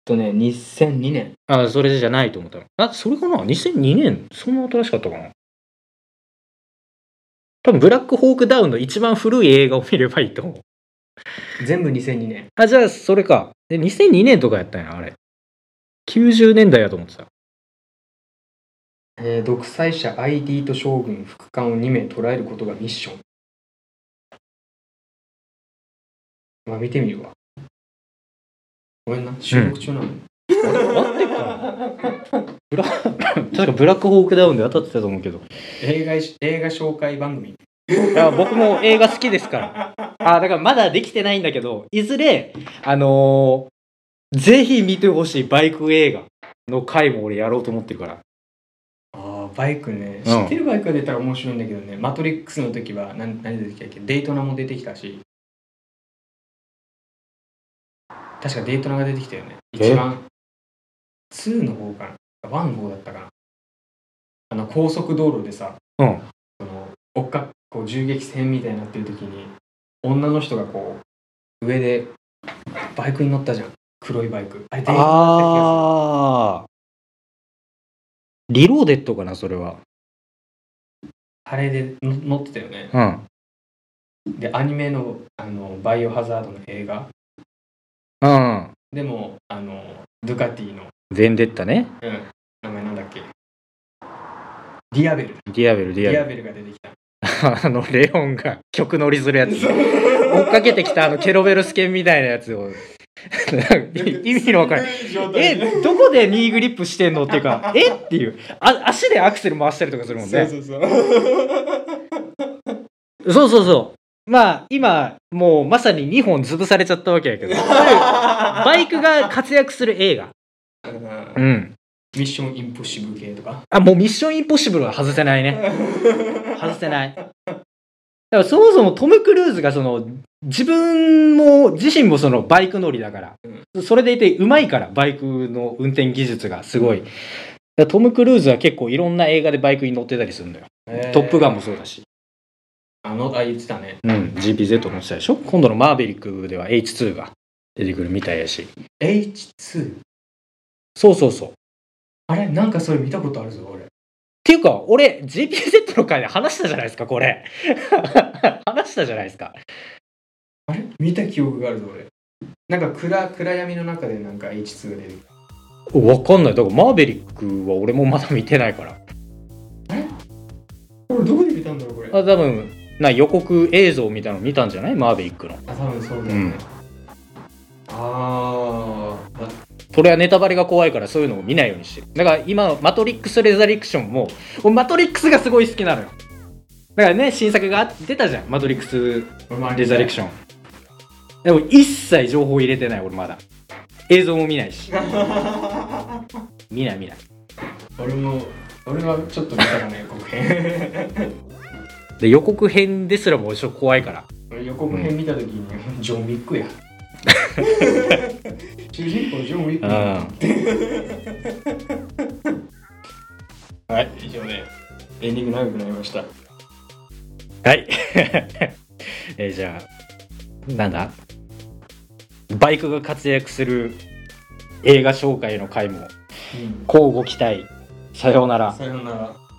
Speaker 2: とね2002年
Speaker 1: あ、それじゃないと思ったの。あ、それかな ?2002 年そんな新しかったかな多分、ブラックホークダウンの一番古い映画を見ればいいと思う。
Speaker 2: 全部2002年
Speaker 1: あ、じゃあ、それか。で、2002年とかやったんや、あれ。90年代やと思ってた。
Speaker 2: えー独裁者 ID と将軍副官を2名捕らえることがミッションまあ見てみるわごめんな収録中なの、
Speaker 1: 合ってっかなブラ確かブラックホークダウンで当たってたと思うけど。
Speaker 2: 映画し映画紹介番組
Speaker 1: いや僕も映画好きですから。あだからまだできてないんだけど、いずれ、あのーぜひ見てほしいバイク映画の回も俺やろうと思ってるから。
Speaker 2: ああバイクね知
Speaker 1: うん
Speaker 2: ってるバイクが出たら面白いんだけどね、マトリックスの時は何何出てきたっけデイトナも出てきたし確かデイトナが出てきたよね
Speaker 1: え
Speaker 2: 一番2の方かな1の方だったかなあの高速道路でさ、
Speaker 1: うん
Speaker 2: その追っかこう銃撃戦みたいになってる時に女の人がこう上でバイクに乗ったじゃん黒いバイクあれデイトナだった気がする
Speaker 1: あー。リローデッドかな、それは。
Speaker 2: あれでの乗ってたよね
Speaker 1: うん。
Speaker 2: でアニメのあのバイオハザードの映画
Speaker 1: うん。
Speaker 2: でもあのドゥカティの、
Speaker 1: ベンデッタね。
Speaker 2: うん、名前なんだっけディアベルだ
Speaker 1: ディアベル、ディ
Speaker 2: デ
Speaker 1: ア
Speaker 2: ィア
Speaker 1: ベ
Speaker 2: ベルが出てきた
Speaker 1: ル。あの、レオンが曲乗りするやつ。追っかけてきたあのケロベロス犬みたいなやつを。 意味のわからない。
Speaker 2: え
Speaker 1: えどこでニーグリップしてんのっていう かえっていうあ足でアクセル回したりとかするもんね
Speaker 2: そう そうそう
Speaker 1: そうそうそうまあ今もうまさに2本潰されちゃったわけやけ どバイクが活躍する映画
Speaker 2: あのな
Speaker 1: うん
Speaker 2: ミッションインポッシブル系とか
Speaker 1: あもうミッションインポッシブルは外せない ね外せないだからそもそもトム・クルーズがその自分も自身もそのバイク乗りだから、それでいてうまいからバイクの運転技術がすごい、だからトム・クルーズは結構いろんな映画でバイクに乗ってたりするんだよ トップガンもそうだし、
Speaker 2: あのあ言ってたね
Speaker 1: うん、GPZ もしたでしょ今度のマーベリックでは H2 が出てくるみたいやし
Speaker 2: H2
Speaker 1: そうそうそうっ
Speaker 2: あれなんかそれ見たことあるぞ俺
Speaker 1: ていうか俺 GPZ の回で話したじゃないですかこれ 話したじゃないですか
Speaker 2: あれ見た記憶があるぞ俺なんか暗暗闇の中でなんか H2 が出てくる
Speaker 1: わかんないだからマーベリックは俺もまだ見てないから
Speaker 2: これどこで見たんだろうこれ
Speaker 1: あ多分な予告映像みたいなの見たんじゃないマーベリックの
Speaker 2: あ多分そうだよね、
Speaker 1: うん
Speaker 2: あー
Speaker 1: これはネタバレが怖いからそういうのを見ないようにしてるだから今「マトリックス・レザレクションも」俺マトリックスがすごい好きなのよだからね新作が出たじゃん「マトリックス・
Speaker 2: あ
Speaker 1: レザレク
Speaker 2: シ
Speaker 1: ション」でも一切情報入れてない俺まだ 映像も見ないし見ない見ない
Speaker 2: ョン俺も俺はちょっと見たらね、予告編。
Speaker 1: で予告編ですらもうちょっと怖いから
Speaker 2: 俺予告編見たときに、ジョン・ウィック や。主人公ジョン・ウィックや
Speaker 1: うん
Speaker 2: はい、以上で、エンディング長くなりました。
Speaker 1: はい。 えーじゃあ、なんだバイクが活躍する映画紹介の回も、
Speaker 2: うん
Speaker 1: 乞うご期待。さようなら。
Speaker 2: さようなら。